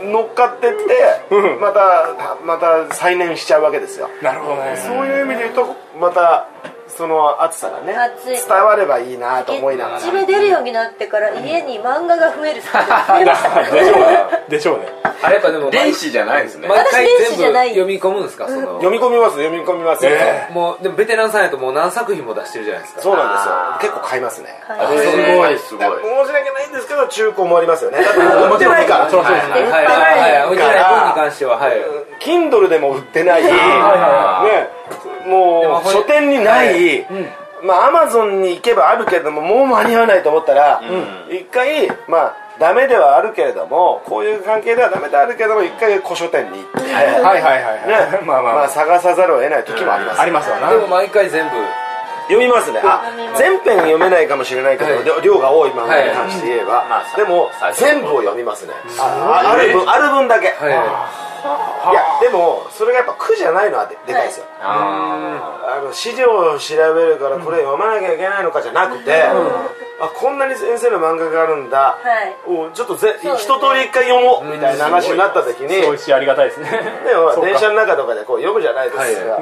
Speaker 3: 乗っかってってまたまた再燃しちゃうわけですよ
Speaker 2: なるほどね
Speaker 3: そういう意味で言うとまたその暑さがね
Speaker 4: 暑い
Speaker 3: 伝わればいいなと思いながら
Speaker 4: 一目出るようになってから家に漫画が増えるそうです増えましたね
Speaker 2: でしょうねでしょうね
Speaker 1: あれやっぱでも毎
Speaker 7: 電子じゃないですね
Speaker 1: 毎回
Speaker 4: 私電
Speaker 1: 全
Speaker 4: 子
Speaker 1: 部
Speaker 4: じゃない
Speaker 1: 読み込むんですかその
Speaker 3: 読み込みます読み込みますよ
Speaker 2: え
Speaker 1: もうでもベテランさんやともう何作品も出してるじゃないですか
Speaker 3: そうなんですよ結構買いますね
Speaker 4: はい
Speaker 7: あ
Speaker 1: す
Speaker 7: ごいすごい
Speaker 3: 申し訳ないんですけど中古もありますよねだって売ってないから
Speaker 2: そりゃそうです
Speaker 1: はい
Speaker 2: ね
Speaker 1: はいはいはい売ってない分に関してははい
Speaker 3: Kindle でも売ってないね
Speaker 1: でも
Speaker 3: もう
Speaker 1: ほん
Speaker 3: 書店にない、まあ Amazon に行けばあるけれどももう間に合わないと思ったら、一回まあダメではあるけれどもこういう関係ではダメではあるけれども一回古書店に行って、ね
Speaker 2: はいはいはいはい *laughs* まあまあまあ
Speaker 3: 探さざるを得ない時もあります、
Speaker 2: ありますわな
Speaker 1: でも毎回全部
Speaker 3: 読みますねあ全編読めないかもしれないけど、
Speaker 1: はい
Speaker 3: 量量が多い漫画に関して言えば、
Speaker 7: まあ
Speaker 3: でも
Speaker 7: 最初の
Speaker 3: 全部を読みますねああある分ある分だけ、
Speaker 1: はい
Speaker 3: やでもそれがやっぱ苦じゃないのはででかいですよ、
Speaker 7: あ
Speaker 3: あの資料を調べるからこれ読まなきゃいけないのかじゃなくて、あこんなに先生の漫画があるんだ、
Speaker 4: はい
Speaker 3: おちょっとぜ、
Speaker 4: そうです
Speaker 3: 一
Speaker 4: ね
Speaker 3: 通り一回読もうみたいな話になった時に、
Speaker 2: そうしありがたいですね
Speaker 3: でほら
Speaker 2: そうか
Speaker 3: 電車の中とかでこう読むじゃないですか、
Speaker 1: は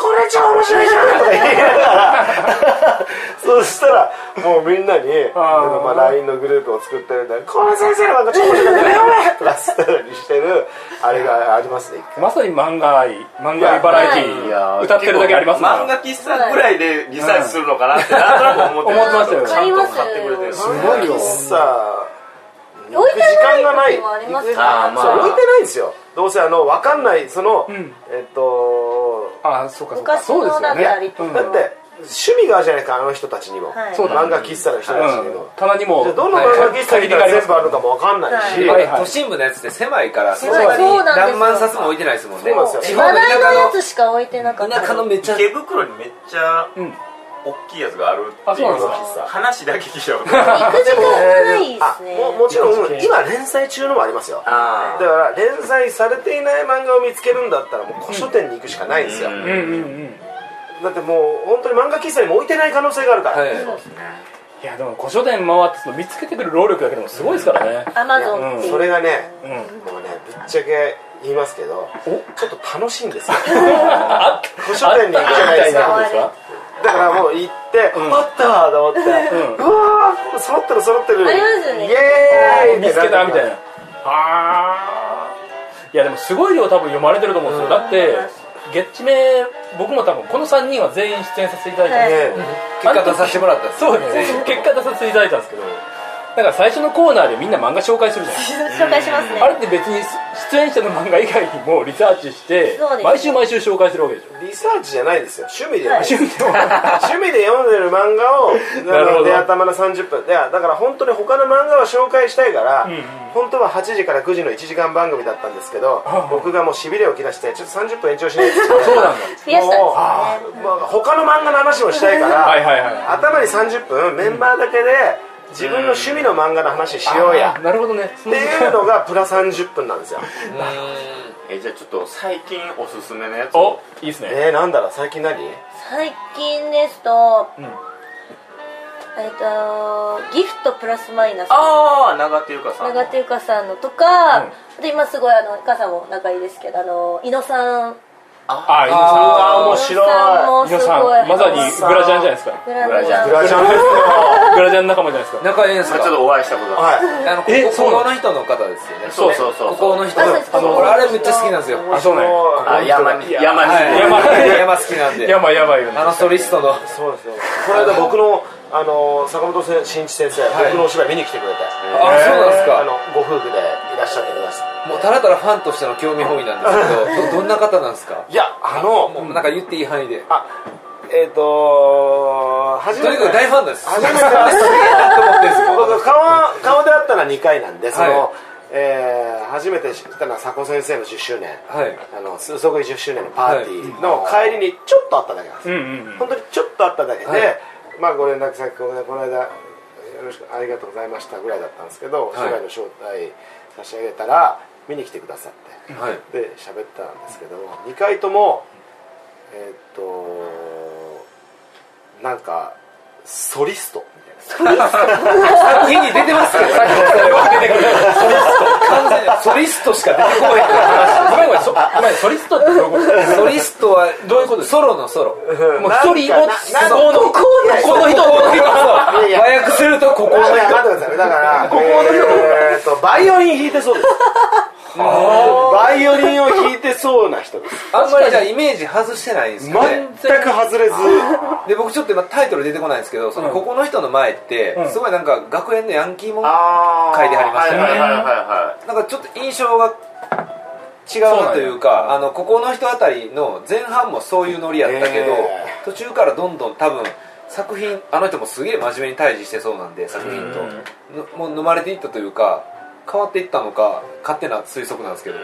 Speaker 3: これ超面白いじゃんとか言いながら *laughs* そうしたらもうみんな
Speaker 2: あ
Speaker 3: に
Speaker 2: ー
Speaker 3: あのまあ LINE のグループを作ってるんだこの先生の漫画超面白いんだよね *laughs* とかそういうふうにしてるあれがありますね
Speaker 2: まさに漫画愛漫画愛バラエティ
Speaker 7: ーいや
Speaker 2: ー
Speaker 7: ー
Speaker 2: 歌ってるだけあります
Speaker 7: 漫
Speaker 2: ね
Speaker 7: 画喫茶ぐらいでリサーチするのかなってなんとなく思って
Speaker 2: 思ってましたよ
Speaker 7: ちゃんと買ってくれてる
Speaker 4: す
Speaker 3: ごいよさ
Speaker 4: 置いてない
Speaker 3: 時間がない
Speaker 4: 時もありますね
Speaker 7: あーま
Speaker 3: そう置いてないんですよどうせあの分かんないその、えっと
Speaker 2: あそうかそうか
Speaker 4: 昔
Speaker 2: そうで
Speaker 4: の
Speaker 2: す
Speaker 4: だ
Speaker 2: よ
Speaker 4: った
Speaker 2: ね
Speaker 4: りとか
Speaker 3: だって趣味があるじゃないですかあの人たちにも、
Speaker 4: はい
Speaker 2: そうだ
Speaker 3: 漫画喫茶の人たちにも、
Speaker 2: 棚にも
Speaker 3: じゃあどの漫画喫茶に行ったら全部あるのかもわかんないし、
Speaker 4: は
Speaker 2: はいはい
Speaker 1: 都心部のやつって狭いからそん
Speaker 4: 狭い
Speaker 1: なに
Speaker 4: そうなんですよ
Speaker 1: 何万冊も置いてないですもんね
Speaker 3: そうなんです
Speaker 1: 地
Speaker 3: よ
Speaker 1: 方
Speaker 4: 話
Speaker 1: の
Speaker 4: 題のや
Speaker 1: 田
Speaker 4: つしか置いてなか
Speaker 1: 舎
Speaker 4: った
Speaker 1: の田舎のめっちゃ
Speaker 7: 池袋にめっちゃ
Speaker 2: ん
Speaker 7: 大きいやつがある
Speaker 2: あ
Speaker 7: ってい
Speaker 2: そうう
Speaker 7: の
Speaker 2: なんです
Speaker 7: は
Speaker 2: か
Speaker 7: 話だけ聞いたことあ
Speaker 4: 行く
Speaker 7: る
Speaker 4: 時間がないで
Speaker 3: あ
Speaker 4: すね
Speaker 3: ももちろん今連載中のもありますよだか
Speaker 7: あー
Speaker 3: ら連載されていない漫画を見つけるんだったらもう古書店に行くしかないですよ、
Speaker 7: うん
Speaker 2: うんうんうん
Speaker 3: だってもう本当に漫画喫茶にも置いてない可能性があるから、
Speaker 1: はい
Speaker 2: いやでも古書店回ってその見つけてくる労力だけでもすごいですからね
Speaker 4: アマゾンっていう
Speaker 3: それがね
Speaker 2: うん
Speaker 3: もうねぶっちゃけ言いますけどちょっと楽しいんですよ *laughs*
Speaker 2: あった
Speaker 3: 古書店に行くじゃないです
Speaker 2: あった
Speaker 3: か
Speaker 2: みたいなこと
Speaker 3: だからもう行って
Speaker 2: ん
Speaker 3: 「あった!」と思って「うわー揃ってる揃ってる」
Speaker 4: ありますよね
Speaker 3: イエーイ!」
Speaker 2: ですか見つけたみたいな
Speaker 3: な
Speaker 2: あーいやでもすごい量多分読まれてると思うんですよだってゲッチ名僕も多分この3人は全員出演させていただいたんですけど
Speaker 4: はい
Speaker 1: 結果出させてもらったんです
Speaker 2: そうですね結果出させていただいたんですけどだから最初のコーナーでみんな漫画紹介するじゃない
Speaker 4: 紹介しますね
Speaker 2: あれって別に出演者の漫画以外にもリサーチして
Speaker 4: そうです
Speaker 2: 毎週毎週紹介するわけでしょ
Speaker 3: リサーチじゃないですよ趣味で、
Speaker 4: は
Speaker 3: *laughs*
Speaker 4: い
Speaker 3: 趣味で趣味で読んでる漫
Speaker 2: *laughs*
Speaker 3: 画を
Speaker 2: なるほど
Speaker 3: 出頭の30分いやだから本当に他の漫画は紹介したいから、
Speaker 2: んうん
Speaker 3: 本当は8時から9時の1時間番組だったんですけど
Speaker 2: あ
Speaker 3: 僕がもうしびれを切らしてちょっと30分延長しないで
Speaker 2: *laughs*
Speaker 3: す
Speaker 2: そうなんだ
Speaker 4: 増やしたんですね
Speaker 3: まあ、他の漫画の話もしたいから
Speaker 2: はいはいはい
Speaker 3: 頭に30分メンバーだけで自分の趣味の漫画の話しようや
Speaker 2: あなるほどねそ
Speaker 3: って
Speaker 2: の時
Speaker 3: いう
Speaker 2: 間
Speaker 3: のがプラ30分なんで
Speaker 2: *laughs*
Speaker 3: すよ
Speaker 7: えじゃあちょっと最近おすすめのやつ
Speaker 2: お
Speaker 7: を
Speaker 2: いいですね
Speaker 3: えー、なんだろう最近何
Speaker 4: 最近ですと、
Speaker 2: うん
Speaker 4: えっとギフトプラスマイナス
Speaker 7: ああ長手ゆかさん
Speaker 4: 長手ゆかさんのとか、で今すごいあのゆかさんも仲いいですけどあの井野さん
Speaker 2: あいい
Speaker 3: あー面
Speaker 4: 井野さん
Speaker 3: 白
Speaker 4: も
Speaker 2: ですね
Speaker 4: す
Speaker 2: 皆さ
Speaker 4: ごい
Speaker 2: んまさにグラジャンじゃないですか
Speaker 4: グラ
Speaker 7: グラジャン
Speaker 3: いグラジャン
Speaker 2: *laughs*
Speaker 3: ですよ
Speaker 2: グラジャン仲間じゃないですか
Speaker 1: 仲いいんです
Speaker 7: ちょ
Speaker 1: か
Speaker 7: っとお会いしたことある
Speaker 3: は
Speaker 1: あの
Speaker 2: え
Speaker 1: ここ
Speaker 2: そう
Speaker 1: こ
Speaker 2: なの
Speaker 1: この人の方ですよね
Speaker 7: そうそうそう
Speaker 1: ここの人
Speaker 4: あそうです
Speaker 1: あの俺あれめっちゃ好きなんですよ
Speaker 3: い
Speaker 2: あそうなんや
Speaker 3: 面白い
Speaker 7: あ山に山に
Speaker 1: はい
Speaker 2: 山
Speaker 1: 山好きなんで
Speaker 2: やばいやばいよね
Speaker 1: あのソリストの
Speaker 3: そうですよこの間僕のあの坂本せん新一先生、僕のお芝居見に来てくれて
Speaker 1: あそうなんです
Speaker 3: あ
Speaker 1: か
Speaker 3: のご夫婦でいらっしゃってくださ
Speaker 1: もうたらたらファンとしての興味本位なんですけどどどんな方なんですか
Speaker 3: いいやあの
Speaker 1: もうなんか言っていい範囲で
Speaker 3: あえっ、と初
Speaker 1: と
Speaker 3: め
Speaker 1: に
Speaker 3: て
Speaker 1: かく大ファンです
Speaker 3: 初めて
Speaker 1: すげえなと思ってるんですよ
Speaker 3: 僕顔顔で会ったのは2回なんでその、
Speaker 1: はい
Speaker 3: えー初めて知ったのは佐古先生の10周年
Speaker 1: はい
Speaker 3: あの嘘食い10周年のパーティーの帰りにちょっと会っただけなんです
Speaker 2: うんうんうん
Speaker 3: 本当にちょっとあっただけで、
Speaker 1: はい
Speaker 3: まあご連絡先このこの間よろしくありがとうございましたぐらいだったんですけど、お芝居の招待差し上げたら見に来てくださって、
Speaker 1: はい
Speaker 3: で喋ったんですけども2回ともえーっとなんかソリストみたいな
Speaker 1: 作品に出てますけどさっきのよく出てくる完全にソリストしか出てこない
Speaker 2: ごめんごめんそごめんソリストってどういうこと
Speaker 1: ソリストはどういうことソロのソロ
Speaker 2: *laughs* もう一人を
Speaker 3: なんかな
Speaker 2: 都合の
Speaker 3: ここだよ
Speaker 2: この人
Speaker 1: この
Speaker 2: の
Speaker 1: 人そう
Speaker 3: いやいや
Speaker 1: 和訳するとここ
Speaker 3: いやいや待ってくださいだからえーっとバイオリン弾いてそうですバイオリンを弾いてそうな人です
Speaker 1: あんまりじゃあイメージ外してないんです
Speaker 3: 全
Speaker 1: よね
Speaker 3: く外れず
Speaker 1: で僕ちょっと今タイトル出てこないんですけどそのここの人の前って
Speaker 2: うん
Speaker 1: すごいなんか学園のヤンキーもんな
Speaker 7: あ
Speaker 1: 書いてはりましたね
Speaker 7: はいはいはいはい
Speaker 1: んかちょっと印象が違うなというかあのここの人あたりの前半もそういうノリやったけど
Speaker 3: え
Speaker 1: 途中からどんどん多分作品あの人もすげえ真面目に対峙してそうなんで作品とのもう飲まれていったというか変わっていったのか勝手な推測なんですけど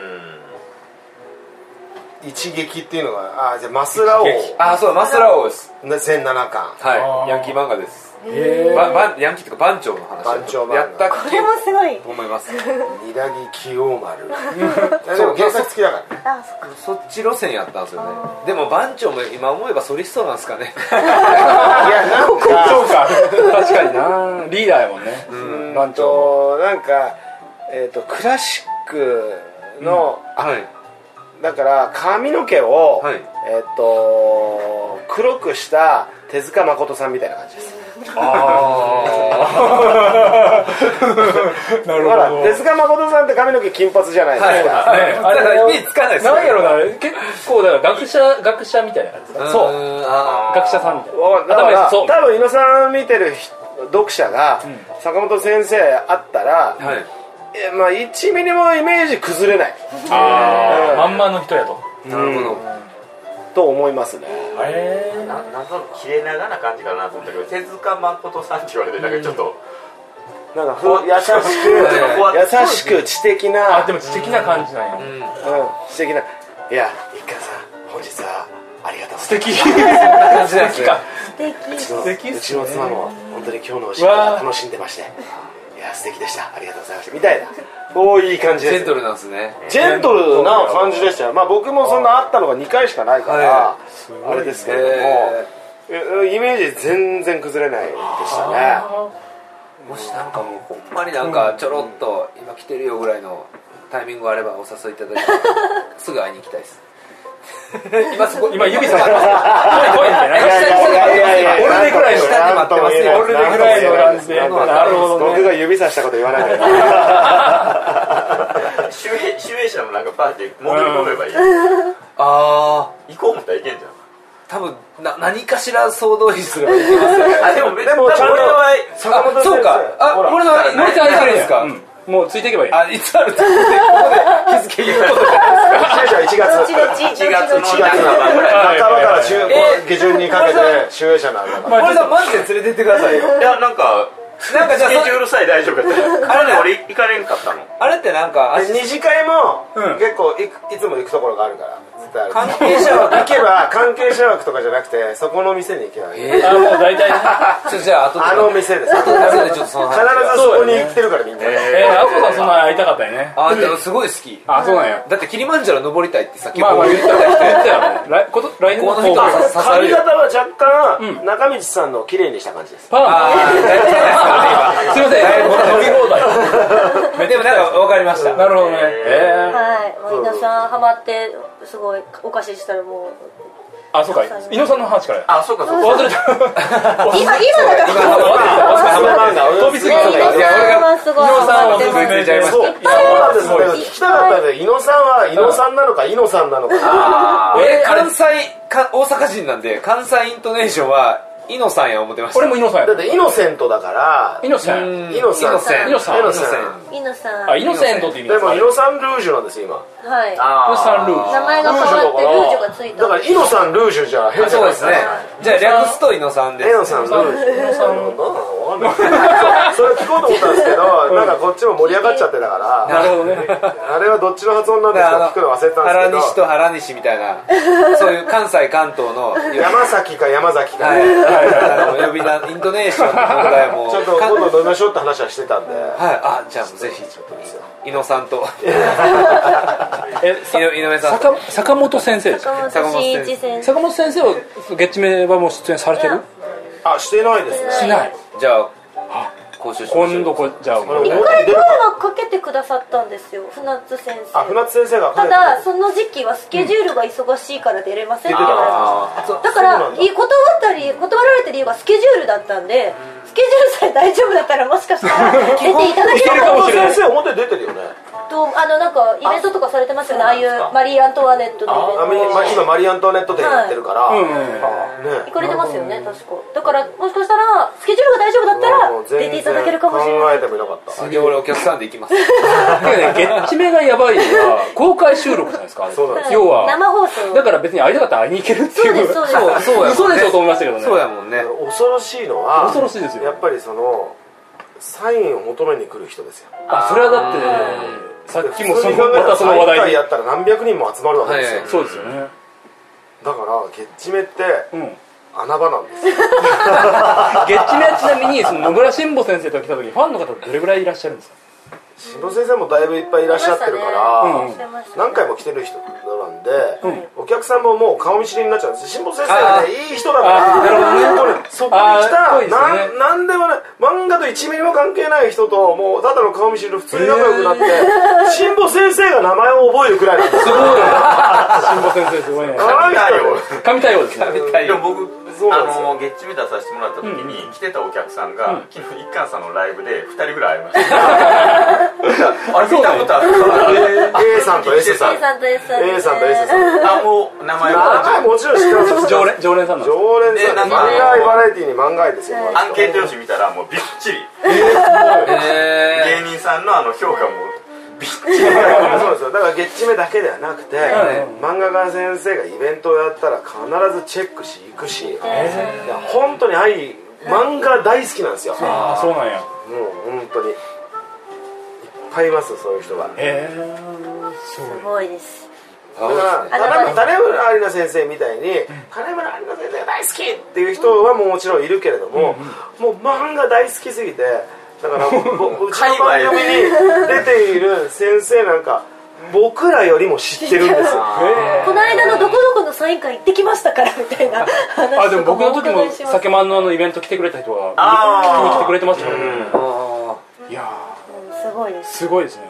Speaker 3: 一撃っていうのがあーじゃあマスラオ
Speaker 1: ああそうマスラオです
Speaker 3: 全7巻
Speaker 2: あ
Speaker 1: は
Speaker 2: ー
Speaker 1: いヤンキー漫画です
Speaker 2: へ
Speaker 1: ばばヤンキーとか番長の話
Speaker 3: 番長漫画
Speaker 1: やったっ
Speaker 4: こ
Speaker 1: け
Speaker 4: れもすごい
Speaker 1: と思います
Speaker 3: 二田木清
Speaker 1: *laughs*
Speaker 3: 丸でも原作付きだからね
Speaker 4: あそっか
Speaker 1: そっち路線やったんですよねでも番長も今思えばソリストなんですかね
Speaker 3: いやなん
Speaker 2: そ
Speaker 3: か
Speaker 2: うか確かになリーダーやもんね
Speaker 3: うん
Speaker 2: 番長
Speaker 3: となんかえっとクラシックの
Speaker 1: はい
Speaker 3: だから髪の毛を
Speaker 1: はい
Speaker 3: えっと黒くした手塚誠さんみたいな感じです *laughs*
Speaker 2: な
Speaker 3: だ
Speaker 2: る
Speaker 3: から手塚誠さんって髪の毛金髪じゃないですか
Speaker 1: はい
Speaker 2: ね
Speaker 1: だからイメージつかないですよ
Speaker 2: なんやろな結構だから学者学者みたいな感じですか
Speaker 1: そう
Speaker 2: 学者さんみたいな
Speaker 3: わかんないだから
Speaker 2: 頭にそ
Speaker 3: 多
Speaker 2: う
Speaker 3: 分井野さん見てる人読者が坂本先生あったら
Speaker 1: はい
Speaker 3: えまあ1ミリもイメージ崩れない
Speaker 2: あーまんまの人やと
Speaker 1: なるほど
Speaker 3: と思いますね
Speaker 2: へえ
Speaker 7: ななんとなく切れ長な感じかなと思ったけど手塚誠さんって言われてなんかちょっと、
Speaker 3: なんかふ優しく優しく知的な、
Speaker 2: あでも知的な感じなんや、
Speaker 3: うん、知的ないや一家さん本日はありがとうございます
Speaker 1: 感じなんですね
Speaker 4: 敵
Speaker 3: 素
Speaker 2: 敵っすね
Speaker 3: うちの妻も本当に今日のお仕事
Speaker 2: わあ
Speaker 3: 楽しんでましていや素敵でしたありがとうございましたみたいなおーいい感じ
Speaker 1: ジ
Speaker 3: で
Speaker 1: ェ
Speaker 3: す
Speaker 1: ントルなんですね
Speaker 3: ジェントルな感じでしたよ、まあ、僕もそんな会ったのが2回しかないから、
Speaker 1: は
Speaker 3: あれですけれども、
Speaker 1: え
Speaker 3: えイメージ全然崩れないでしたね
Speaker 1: ー、もしなんかもうほんまになんかちょろっと今来てるよぐらいのタイミングがあればお誘いいただいてすぐ会いに行きたいです *laughs* 今そこ
Speaker 2: 今指さしてますよ来い来いみたいな
Speaker 1: いやいやいやいや
Speaker 2: 俺でぐらいの
Speaker 3: なんとも言えない
Speaker 2: 俺でぐらいの感じで
Speaker 3: なんとも言えい
Speaker 2: なるほどね
Speaker 3: 僕が指さしたこと言わないで
Speaker 7: 集英集英社のなんかパーティー戻り込めばいい、
Speaker 1: ああ
Speaker 7: 行こう思ったら行けんじゃん
Speaker 1: 多分な何かしら総動員すればいけますよね
Speaker 7: あでも別に
Speaker 3: でもちゃんと
Speaker 7: 俺は
Speaker 1: あそうかあこれは
Speaker 7: だから
Speaker 1: 森さんいるんですか、
Speaker 2: うんもうついていけばいい
Speaker 1: あいつあるってここで日付言うことで
Speaker 3: 最初は1
Speaker 4: ど
Speaker 3: 月
Speaker 4: っちどっちどっちどっ
Speaker 7: 1月の
Speaker 4: ち
Speaker 7: 半ばぐらい
Speaker 3: 半ばから中
Speaker 1: えー
Speaker 3: 下旬にかけて集英社なんだから
Speaker 1: 森さんマジで連れてってくださいよ
Speaker 7: いやなんか
Speaker 1: なんかじゃ
Speaker 7: ス
Speaker 1: あ
Speaker 7: ケジュールさえ大丈夫やった
Speaker 1: あ
Speaker 7: あ
Speaker 1: れ
Speaker 7: れ
Speaker 1: ね
Speaker 7: ね俺行かれんかったの
Speaker 1: あれってなんかあ
Speaker 3: で二次会も
Speaker 2: うん
Speaker 3: 結構いくいつも行くところがあるから絶対ある
Speaker 1: 関係者は
Speaker 3: 行けば関係者枠とかじゃなくてそこの店に行けばいい、
Speaker 1: え
Speaker 2: あもう大体ね
Speaker 1: ー、ちょじゃあ後で
Speaker 3: あの店です必ず
Speaker 1: 後でちょっとその話
Speaker 3: そこに来てるからみんな、
Speaker 2: えー、あこさんそんな会いたかったよね
Speaker 1: あでもすごい好き
Speaker 2: あそうなんや
Speaker 1: だってキリマンジャロ登りたいってさっき
Speaker 2: まあまあ言っ
Speaker 1: 言った
Speaker 2: ら
Speaker 1: た
Speaker 2: 言ったやろ来こと来年
Speaker 1: こ
Speaker 2: の
Speaker 1: の人
Speaker 2: 抱負
Speaker 1: は刺さ
Speaker 3: 髪
Speaker 1: るよ
Speaker 3: 型は若
Speaker 2: うん
Speaker 3: 干中道さんの綺麗にした感じです
Speaker 2: パーマ
Speaker 1: ああ大丈夫
Speaker 2: *laughs* すいません飲み放題
Speaker 1: ですかね今でもなんか分かりました
Speaker 2: なるほどねえー
Speaker 4: はいもう皆さんハマってすごいお菓子したらもう
Speaker 2: あそうか伊野さんの話からや
Speaker 7: あそうかそうか
Speaker 2: 忘れた
Speaker 4: 今今だから
Speaker 1: 今の
Speaker 2: 飛びすぎた
Speaker 4: ね伊野さんは
Speaker 1: いや俺が
Speaker 4: すごいハマってま
Speaker 1: 伊野さんは僕につい
Speaker 4: す
Speaker 1: ちゃいまし
Speaker 3: そ
Speaker 1: た
Speaker 3: うそうなんですよ聞きたかったんで伊野さんは伊野さんなのか伊野さんなのか
Speaker 1: 俺関西か大阪人なんで関西イントネーションはイノさんや思ってました
Speaker 2: 俺も伊野さんや
Speaker 3: だってイノセントだから
Speaker 2: イノセ
Speaker 1: う
Speaker 2: ン
Speaker 1: ん
Speaker 3: イノさん
Speaker 1: イ
Speaker 2: イ
Speaker 1: ノセン
Speaker 2: ノさん
Speaker 3: イノ
Speaker 1: イノ
Speaker 3: さ
Speaker 1: セ
Speaker 3: ん
Speaker 1: ン
Speaker 4: 伊野さん
Speaker 2: あ
Speaker 4: はい
Speaker 2: イノセントって意味
Speaker 3: でもイ
Speaker 2: イ
Speaker 3: ノさんルージュなんです今
Speaker 7: あ
Speaker 2: ノ
Speaker 7: ー
Speaker 2: さんルー
Speaker 4: 名前が変わってルージュがついた
Speaker 3: だからイノさんルージュじゃ変じゃ
Speaker 1: そ
Speaker 3: な
Speaker 1: う
Speaker 3: い
Speaker 1: ですねじゃあ略すとイノさんです
Speaker 3: イノさんルージュ
Speaker 2: ジュさん
Speaker 3: なんかわかんないそれ聞こうと思ったんですけどなんかこっちも盛り上がっちゃってたから
Speaker 2: なるほどね
Speaker 1: *laughs*
Speaker 3: あれはどっちの発音なんですか聞くの忘れてたん
Speaker 1: 原
Speaker 3: です
Speaker 1: 西
Speaker 3: けど
Speaker 1: と原西みたいなそういう関西関東の
Speaker 3: 山崎か山崎か、
Speaker 1: はいはい呼び名イントネーションの問題も
Speaker 3: ちょっと
Speaker 1: か
Speaker 3: 今度飲みましょうって話はしてたんで
Speaker 1: はいあじゃあもうぜひちょっと井野さんと
Speaker 2: え
Speaker 1: 井上井上さん
Speaker 2: 坂坂本先生です
Speaker 4: 坂本慎一先生
Speaker 2: 坂本先生は月チメはもう出演されてる
Speaker 3: あしてないです
Speaker 2: し
Speaker 3: ね
Speaker 2: ない
Speaker 1: じゃあ交渉しましょ
Speaker 2: 今
Speaker 1: う
Speaker 2: 度こじゃあもう
Speaker 3: これ
Speaker 4: 一
Speaker 3: 表に
Speaker 4: 回
Speaker 3: 出る
Speaker 4: 声
Speaker 3: か
Speaker 4: はかけてくださったんですよ船津先
Speaker 3: あ
Speaker 4: 生
Speaker 3: 船津先生が
Speaker 4: ただその時期はスケジュールが忙しいから出れませんって言われま
Speaker 1: あー
Speaker 4: しただから
Speaker 3: そうなんだ
Speaker 4: い断ったり断られた理由がスケジュールだったんでスケジュールさえ大丈夫だったらもしかしたら出ていただけるかもし
Speaker 3: 船津
Speaker 4: れない
Speaker 3: 先生表に出てるよね
Speaker 4: とあのなんかイベントとかされてますよねああいうマリー・アントワネットの
Speaker 3: あ
Speaker 4: イベン
Speaker 3: ま今マリーアントワネット展やってるから、
Speaker 2: うんうん
Speaker 4: ト行かれてますよね確かだからもしかしたらスケジュールが大丈夫だったら
Speaker 3: ね
Speaker 4: 出ていただけるかもしれ
Speaker 3: 考
Speaker 4: な
Speaker 3: え
Speaker 4: い
Speaker 3: てもいなかった
Speaker 1: 次俺お客さんで行きます
Speaker 2: だけどね、ゲッチメがやばいのは、公開収録じゃないですか、あれ
Speaker 3: そうなんです
Speaker 2: 要は、
Speaker 4: 生放送
Speaker 2: だから別に会いたかったら会いに行けるって
Speaker 4: そう
Speaker 2: い
Speaker 4: で
Speaker 2: う、
Speaker 4: すそうです
Speaker 1: そうそうや
Speaker 2: *laughs*
Speaker 1: もんね
Speaker 2: 嘘でしょと思いましたけどね、
Speaker 1: *laughs* そうやもんね
Speaker 3: 恐ろしいのは
Speaker 2: 恐ろしいですよ
Speaker 3: やっぱりそのサインを求めに来る人ですよ
Speaker 2: あそれはだってね、さっきもそ
Speaker 3: 普
Speaker 2: の
Speaker 3: 通に考え
Speaker 2: ま
Speaker 3: たら
Speaker 2: たその話
Speaker 3: サイン
Speaker 2: 題
Speaker 3: 会
Speaker 2: に
Speaker 3: や、ったら何百人も集まるわけですよ、
Speaker 1: はい
Speaker 2: そうですよね、
Speaker 3: だからゲッチメって
Speaker 2: うん、
Speaker 3: 穴場なんですよ
Speaker 2: ゲッチメはちなみに、その野村慎吾先生と来た時ファンの方、どれぐらいいらっしゃるんですか、
Speaker 3: 新郎先生もだいぶいっぱいいらっしゃってるから、
Speaker 2: うんうん
Speaker 3: 何回も来てる人なんで、お客さんももう顔見知りになっちゃうんです辛坊先生はねいい人だから
Speaker 2: あーなるほどね
Speaker 3: 本当にそこに来
Speaker 2: あー
Speaker 3: た、
Speaker 2: そうです
Speaker 3: な
Speaker 2: ね
Speaker 3: んなんでもない漫画と1ミリも関係ない人ともうただの顔見知りの普通に仲良くなっ
Speaker 2: *laughs*
Speaker 3: て辛坊、先生が名前を覚えるくらいなんです
Speaker 2: す
Speaker 3: よ
Speaker 2: ごい、慎吾先生、すごいね、
Speaker 3: 神だよ
Speaker 2: 神対応ですね、
Speaker 1: 食べたい
Speaker 7: でも
Speaker 1: よ
Speaker 7: 僕
Speaker 3: そうなん
Speaker 7: あ
Speaker 3: ですよ
Speaker 7: のゲッチメ出させてもらった時に来てたお客さん
Speaker 2: うん
Speaker 7: が昨日一貫さんのライブで2人ぐらい会いました *laughs* あれ見たことある
Speaker 3: A さんと S さん
Speaker 4: A さんと S さん
Speaker 3: A さんと S さん
Speaker 7: あもう名前
Speaker 3: 名前
Speaker 7: は
Speaker 3: もちろん知ってますよ
Speaker 2: 常連常連さんなんです
Speaker 3: 常連さん漫
Speaker 7: えなんか
Speaker 3: 画愛バラエティーに漫画愛ですよ
Speaker 7: アンケート用紙見たらもうびっちり
Speaker 1: え
Speaker 7: 芸人さんのあの評価もびっ
Speaker 3: そうですよだからゲッチメだけではなくて、
Speaker 2: ん
Speaker 3: 漫画家先生がイベントをやったら必ずチェックし行くし、い
Speaker 2: え
Speaker 3: や本当に愛漫画大好きなんですよ、
Speaker 2: ー、ああそうなんや
Speaker 3: もう本当にいっぱいいますそういう人が
Speaker 2: えー、す
Speaker 4: すごいです
Speaker 3: だから
Speaker 4: あ
Speaker 3: 種
Speaker 4: だか
Speaker 3: 種
Speaker 4: ら
Speaker 3: 村有奈先生みたいに種村有奈先生が大好きっていう人はもうもちろんいるけれども、もう漫画大好きすぎてだからも
Speaker 2: *laughs*
Speaker 3: うぼうちの番組に出ている先生なんか僕らよりも知ってるんですよ
Speaker 4: この間のどこどこのサイン会行ってきましたからみたいな話
Speaker 2: あでも僕の時も酒
Speaker 4: も
Speaker 2: まんのあのイベント来てくれた人が
Speaker 3: あー
Speaker 2: 見に来てくれてましたからね
Speaker 1: あ
Speaker 2: いや
Speaker 4: すごいで
Speaker 2: ー
Speaker 4: す
Speaker 2: すごいですね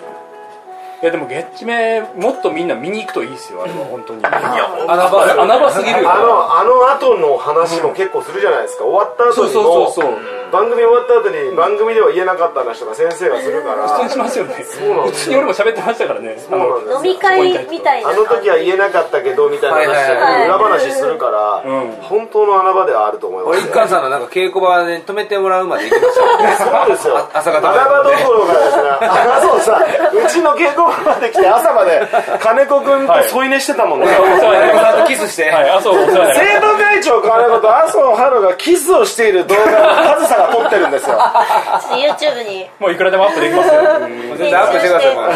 Speaker 2: いやでもゲッチメもっとみんな見に行くといいですよあれは本当にいや
Speaker 1: ー穴場
Speaker 2: 穴場すぎるよ
Speaker 3: あのあの後の話も結構するじゃないですか終わった
Speaker 2: そ
Speaker 3: 後
Speaker 2: う
Speaker 3: に
Speaker 2: そう
Speaker 3: も
Speaker 2: そうそう
Speaker 3: 番組終わった後に番組では言えなかった話とか先生がするから
Speaker 2: 普通にしますよね
Speaker 3: うなん
Speaker 2: 普
Speaker 3: ですよ
Speaker 2: 通に俺も喋ってましたからね
Speaker 3: そうなんですよ
Speaker 4: 飲み会みたいな
Speaker 3: あの時は言えなかったけどみたいな話と
Speaker 1: はい
Speaker 4: はい
Speaker 3: か裏話するから、
Speaker 2: うん
Speaker 3: 本当の穴場ではあると思います
Speaker 1: 俺一貫さんのなんか稽古場で止めてもらうまで行きましたもんね
Speaker 3: そうですよ
Speaker 1: あ朝方まで
Speaker 3: 穴場どころかですねあそうさうちの稽古場まで来て朝まで金子君と添い寝してたもんね、
Speaker 2: お世話にな
Speaker 1: 金
Speaker 2: り
Speaker 1: 子
Speaker 2: ま
Speaker 1: さんとキスして、
Speaker 2: すはいあそうお世話になり
Speaker 3: 生徒会長金子と麻生春がキスをしている動画を上総が撮ってるんですよ
Speaker 4: ちょっと YouTube に
Speaker 2: ますもういくらでもアップできますようん
Speaker 1: 全然アップしてくださいもう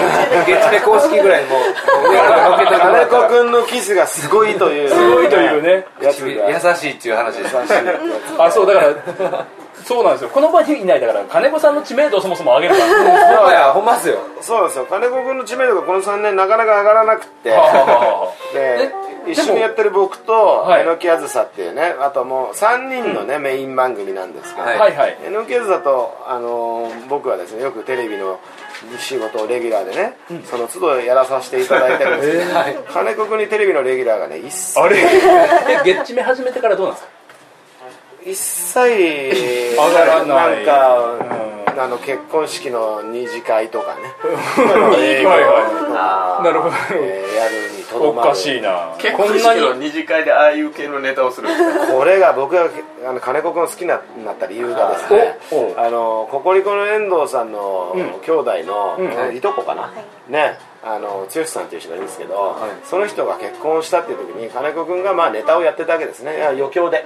Speaker 1: 月目公式ぐらいにもう上から乗っ
Speaker 3: 金
Speaker 1: けてもら
Speaker 3: 子
Speaker 1: ったら
Speaker 3: 君のキスがすごいというす
Speaker 2: すごいというね
Speaker 3: やつが
Speaker 1: 優しいっていう話です
Speaker 2: あそうだからそうなんですよこの場にいないだから金子さんの知名度をそもそも上げるから
Speaker 1: ほんまやほんまっすよ
Speaker 3: そうなんですよ金子君の知名度がこの3年なかなか上がらなくってで
Speaker 2: え
Speaker 3: 一緒
Speaker 2: でも
Speaker 3: にやってる僕と
Speaker 2: はい
Speaker 3: えのきあずさっていうねあともう3人のね、メイン番組なんですけど、
Speaker 1: はい
Speaker 2: はいはい
Speaker 3: えのきあずさと、あのー僕はですねよくテレビの仕事をレギュラーでね、その都度やらさせていただいてるんです
Speaker 2: *laughs*
Speaker 3: けど、金子君にテレビのレギュラーがね一切
Speaker 2: あれゲッチメ始めてからどうなんですか
Speaker 3: 一
Speaker 2: 上
Speaker 3: 切
Speaker 2: がらない
Speaker 3: んか、あの結婚式の二次会とかね *laughs*
Speaker 2: *laughs* はいは
Speaker 7: あ
Speaker 2: いなるほど
Speaker 3: えーやるにとど
Speaker 2: お
Speaker 3: まる
Speaker 2: かしいな
Speaker 7: 結
Speaker 2: こ
Speaker 7: 婚
Speaker 2: ん
Speaker 7: 式
Speaker 2: なに
Speaker 7: の二次会でああいう系のネタをするんですね
Speaker 3: これが僕があの金子君を好きになった理由がですね
Speaker 2: おお
Speaker 3: あのココリコの遠藤さんの兄弟の、
Speaker 2: うん
Speaker 3: いとこかな、ねあの剛さんっていう人がいるんですけど、その人が結婚したっていう時に金子君がまあネタをやってたわけですねいや余興で、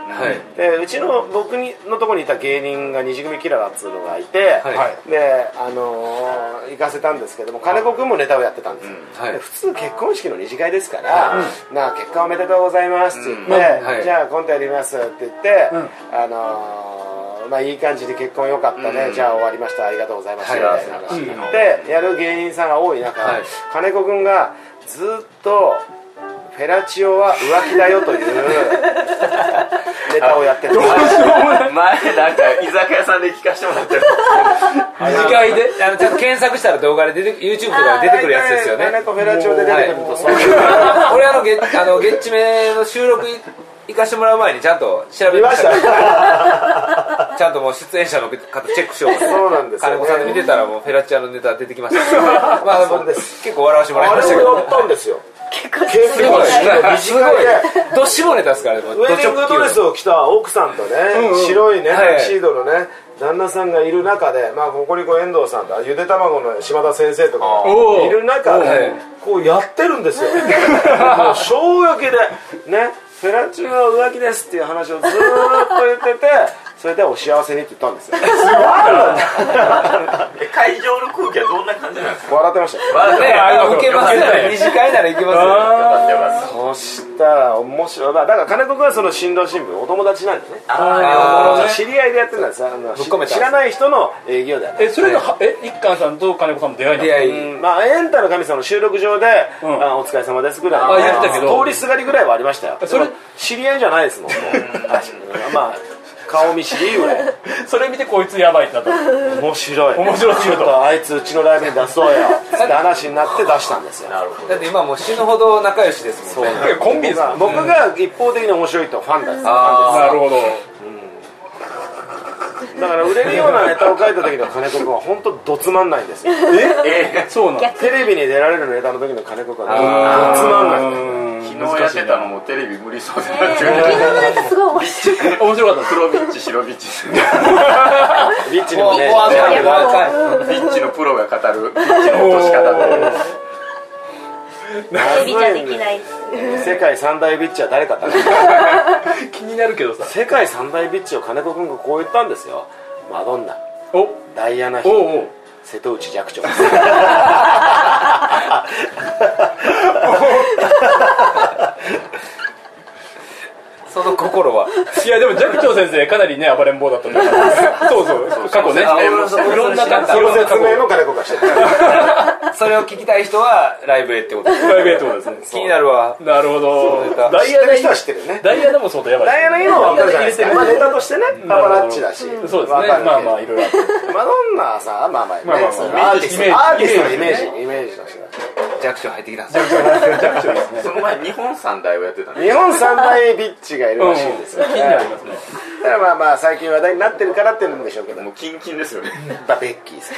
Speaker 1: い
Speaker 3: でうちの僕にのとこにいた芸人が二次組キララっつうのがいて、
Speaker 1: は
Speaker 3: であのー行かせたんですけども金子君もネタをやってたんですよ、
Speaker 1: はい
Speaker 3: で普通結婚式の二次会ですから「なあ結婚おめでとうございます」って言って、
Speaker 1: はい
Speaker 3: じゃあコントやります」って言って、
Speaker 2: うん
Speaker 3: あのーまあいい感じで結婚良かったね、じゃあ終わりましたありがとうございましたみたいな話になって、やる芸人さんが多い中、
Speaker 1: はい
Speaker 3: 金子君がずっと「フェラチオは浮気だよ」と
Speaker 1: *laughs*
Speaker 3: いうネタをやってる
Speaker 7: 前なんか居酒屋さんで聞かせてもらってる
Speaker 1: 次回であのちゃんと検索したら動画で出て YouTube とかで出てくるやつですよね
Speaker 3: 金子フェラチオで出てくるとそういう
Speaker 1: 俺あのゲあのゲッチメの収録い行かしてもらう前にちゃんと調べ
Speaker 3: 見
Speaker 1: ま
Speaker 3: ま
Speaker 1: し
Speaker 3: したた
Speaker 1: ちゃんともう出演者の方チェックしよう
Speaker 3: *laughs*
Speaker 1: と
Speaker 3: そうなんですよね
Speaker 1: 金子さんで見てたらもうフェラチアのネタ出てきまし
Speaker 3: *laughs*
Speaker 1: たけどまあ
Speaker 3: そうです
Speaker 1: 結構笑わせてもらい
Speaker 3: あ
Speaker 1: ました
Speaker 3: れ
Speaker 1: け
Speaker 3: をや
Speaker 1: ど
Speaker 3: ったんですよ
Speaker 4: 結構
Speaker 3: 結
Speaker 1: すご
Speaker 3: 婚
Speaker 1: い
Speaker 3: 式の二次会で
Speaker 1: どっしもネタですからねもう
Speaker 3: ウェディングドレスを着た奥さんとね、白いね、
Speaker 1: はい
Speaker 3: タキシードのね、旦那さんがいる中で、まあ、ここにこう遠藤さんと、ゆで卵の島田先生とか
Speaker 2: おう
Speaker 3: いる中
Speaker 1: はい
Speaker 3: で、こうやってるんです
Speaker 1: *laughs*
Speaker 3: よ。もう衝撃で、ね、フェラチオは浮気ですっていう話をずーっと言ってて、それでお幸せにって言ったんです
Speaker 1: *laughs*
Speaker 3: よ。
Speaker 7: *laughs* え会場の空気はどんな感じなんですか
Speaker 3: 笑ってましたよ。
Speaker 1: まあねあの受けますよ
Speaker 2: 受けた
Speaker 1: ね
Speaker 2: い
Speaker 1: 二次会なら行きますよ
Speaker 7: よかったよかっ
Speaker 3: そ
Speaker 7: た
Speaker 3: したら面白い、まあ、だから金子君はその新郎新聞お友達なんでね
Speaker 1: あー
Speaker 3: 知り合いでやってたんですあの
Speaker 1: ぶっ込めた
Speaker 3: 知らない人の営業だよね
Speaker 2: えそれがはえ一貫さんと金子さんの出会いなの
Speaker 1: 出会い
Speaker 3: うんまあ、エンタの神様の収録上で、
Speaker 2: ん
Speaker 3: あお疲れ様ですぐらい
Speaker 2: あやってたけど
Speaker 3: 通りすがりぐらいはありましたよ
Speaker 2: それ
Speaker 3: でも知り合いじゃないで
Speaker 2: *laughs*
Speaker 3: すもんもうあまあ顔見知りぐらい
Speaker 2: それ見てこいつやばいってなった
Speaker 3: 面白い
Speaker 2: 面白すぎる
Speaker 3: ちょっ
Speaker 2: と
Speaker 3: とあいつうちのライブに出そうよって話になって出したんですよ
Speaker 1: だって今もう死ぬほど仲良しですもんね
Speaker 2: コンビですか
Speaker 3: 僕が一方的に面白いとファンだった
Speaker 1: あ
Speaker 2: なるほど
Speaker 3: だから売れるようなネタを書いた時の金子君は本当どつまんないんですよ
Speaker 2: そうなん
Speaker 4: 逆
Speaker 3: テレビに出られるネタの時の金子君は
Speaker 1: あ
Speaker 3: どつまんない
Speaker 2: うん
Speaker 7: 昨日やってたのもテレビ無理そうでなっち
Speaker 4: 昨
Speaker 7: ゃう
Speaker 4: 日のやつすごい面白い
Speaker 2: 面白かった
Speaker 7: 黒ビッチ白ビッチ
Speaker 3: ビッチにもね
Speaker 1: 怖い
Speaker 4: いやもう
Speaker 1: 若い
Speaker 7: ビッチのプロが語るビッチの落とし方で
Speaker 4: テレビじゃできない
Speaker 3: 世界三大ビッチは誰かだ
Speaker 2: *laughs* 気になるけどさ
Speaker 3: 世界三大ビッチを金子君がこう言ったんですよマドンナ
Speaker 2: おお
Speaker 3: ダイアナ妃
Speaker 2: おう
Speaker 3: 瀬戸内
Speaker 2: *laughs*
Speaker 3: 寂聴
Speaker 1: その心はい
Speaker 2: やでも寂聴先生かなりね暴れん坊だったんだからそうそう過去ね
Speaker 1: あ俺もそ
Speaker 2: いろんな感じ
Speaker 3: そ
Speaker 1: それ
Speaker 3: の説明も
Speaker 1: を
Speaker 3: 金子がしてた
Speaker 1: それを聞きたい人はライブへってこと
Speaker 2: プライベートもです
Speaker 1: 気
Speaker 2: ね
Speaker 1: になるわ
Speaker 2: なるほど
Speaker 1: そうだ
Speaker 2: ダイア
Speaker 3: 知
Speaker 2: ナ
Speaker 3: ってる人は知ってるよね
Speaker 2: ダイアナも相当やばい
Speaker 3: ダイアナ妃のは分かるじゃないですかまあネタとしてねパパラッチだし
Speaker 2: そうですね
Speaker 3: わかるけど
Speaker 2: まあまあいろいろあって
Speaker 3: マドンナはさまあまあ
Speaker 2: ま
Speaker 3: ね
Speaker 2: あまあ
Speaker 3: そのアーティストアーティストのイメー
Speaker 2: イ
Speaker 3: ジイメージだし
Speaker 1: 弱小入ってきた
Speaker 7: その前日本三大をやってたね
Speaker 3: 日本三大ビッチがいるらしいんですよ
Speaker 2: 気になりますね
Speaker 3: だからまあまあ最近話題になってるからってるんでしょうけど
Speaker 7: もうキンキンですよね
Speaker 3: バベッキーさ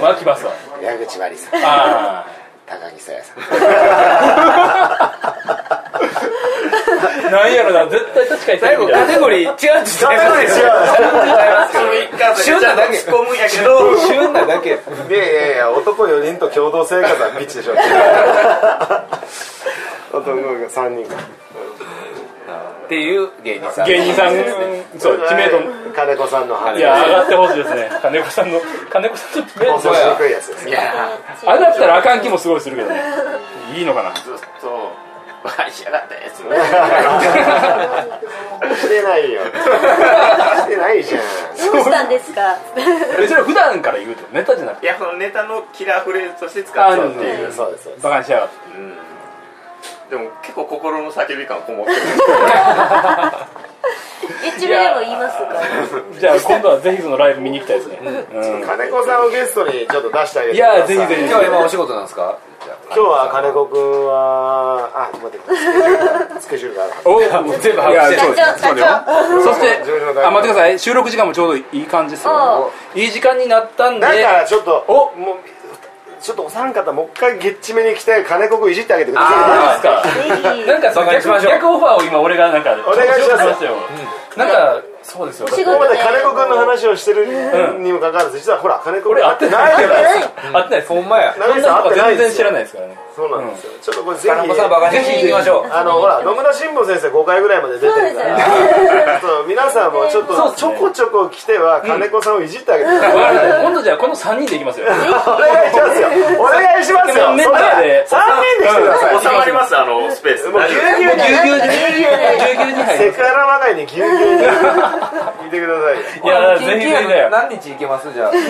Speaker 2: まあまあ来ますわ
Speaker 3: ん矢口真理さん
Speaker 2: あ
Speaker 3: 高木沙耶さん
Speaker 2: あなんやろな絶対確かに
Speaker 1: 最後カテゴリー違う違う違う違いますけど旬なだけ
Speaker 7: 突っ込むんやけど
Speaker 1: 旬なだけ
Speaker 3: いやいやいや男4人と共同生活はビッチでしょ *laughs* 男が3人か
Speaker 1: っていう芸人さん
Speaker 2: 芸人さんそう知名度
Speaker 3: 金子さんの話
Speaker 2: いや上がってほしいですね金子さんの金子さんの知名
Speaker 3: 放
Speaker 2: 度
Speaker 3: 送しにくいやつです
Speaker 7: いや
Speaker 2: 上がったらあかん気もすごいするけどねいいのかな
Speaker 7: ずっと「わいしやがって」っつって
Speaker 3: してない
Speaker 2: *laughs*
Speaker 3: よしてないじゃん
Speaker 4: どうしたんですか
Speaker 2: えそれは普段から言うとネタじゃなく
Speaker 7: い
Speaker 2: て
Speaker 7: やそのネタのキラーフレーズとして使っちゃうっていう
Speaker 3: そうですそうです
Speaker 2: バカにしやがって
Speaker 7: でも結構心の叫び感こもってる
Speaker 4: エチュラでも言いますか
Speaker 2: じゃあ今度はぜひそのライブ見に行きたいですね、うん
Speaker 3: 金子さんをゲストにちょっと出してあげて
Speaker 2: い
Speaker 3: ください
Speaker 2: やぜひぜひ
Speaker 1: 今日は今お仕事なんですか
Speaker 3: 今日は金子くんはあ待ってくださいスケジ *laughs* ュールがある
Speaker 2: お全部把握して
Speaker 4: 社長社長
Speaker 2: そしてあ待ってください収録時間もちょうどいい感じですよいい時間になったんで
Speaker 3: だからちょっと
Speaker 2: お
Speaker 3: もうちょっとお三方もう一回ゲッチめに来て金子くんいじってあげてください
Speaker 2: なんか
Speaker 4: ぜひ
Speaker 2: なんかその
Speaker 1: バカにしまし
Speaker 2: 逆
Speaker 1: ょう
Speaker 2: 逆オファーを今俺がなんか
Speaker 3: お願いします
Speaker 2: よ、なんかそうですよ
Speaker 4: 仕
Speaker 3: ここ
Speaker 4: 事
Speaker 3: ま
Speaker 4: で
Speaker 3: で金子くんの話をしてるにもかかわらず実はほら金子くん
Speaker 2: 俺会って
Speaker 3: な
Speaker 2: ないい
Speaker 3: じゃ
Speaker 2: じゃ
Speaker 3: ない
Speaker 2: な
Speaker 3: で
Speaker 2: いですか会ってないで
Speaker 3: す
Speaker 2: す
Speaker 1: ほんまや
Speaker 3: か金子さん
Speaker 2: と
Speaker 3: 会って
Speaker 2: か
Speaker 3: ない
Speaker 2: 全
Speaker 3: で
Speaker 2: 然
Speaker 3: す
Speaker 2: 知
Speaker 3: よ
Speaker 2: らないですからね
Speaker 3: そうなんですよちょっとこれぜ
Speaker 1: 金子さんバカにしていきましょう
Speaker 3: ひあのほら野村新坊先生5回ぐらいまで出てるからそう皆さんもちょっ
Speaker 2: そう
Speaker 3: と
Speaker 2: っ
Speaker 3: ち
Speaker 2: す
Speaker 3: ょ
Speaker 2: ね
Speaker 3: こちょこ来ては金子さんをいじってあげてください
Speaker 2: わかりました今度じゃあこの3人でいきますよ
Speaker 3: お願いしますよお願いしますよ
Speaker 2: メンバーで
Speaker 3: 3人で来てください
Speaker 7: 収まりますあのスペース
Speaker 3: もうぎゅうぎゅ
Speaker 2: ぎゅ
Speaker 3: うに
Speaker 2: うぎゅうにぎゅうぎゅうに入
Speaker 3: セ
Speaker 2: る
Speaker 3: クハラまがいにぎゅうぎゅうに見てくださいよ
Speaker 2: いやぜひぜひだよ
Speaker 1: 何日行けますじゃあ
Speaker 2: い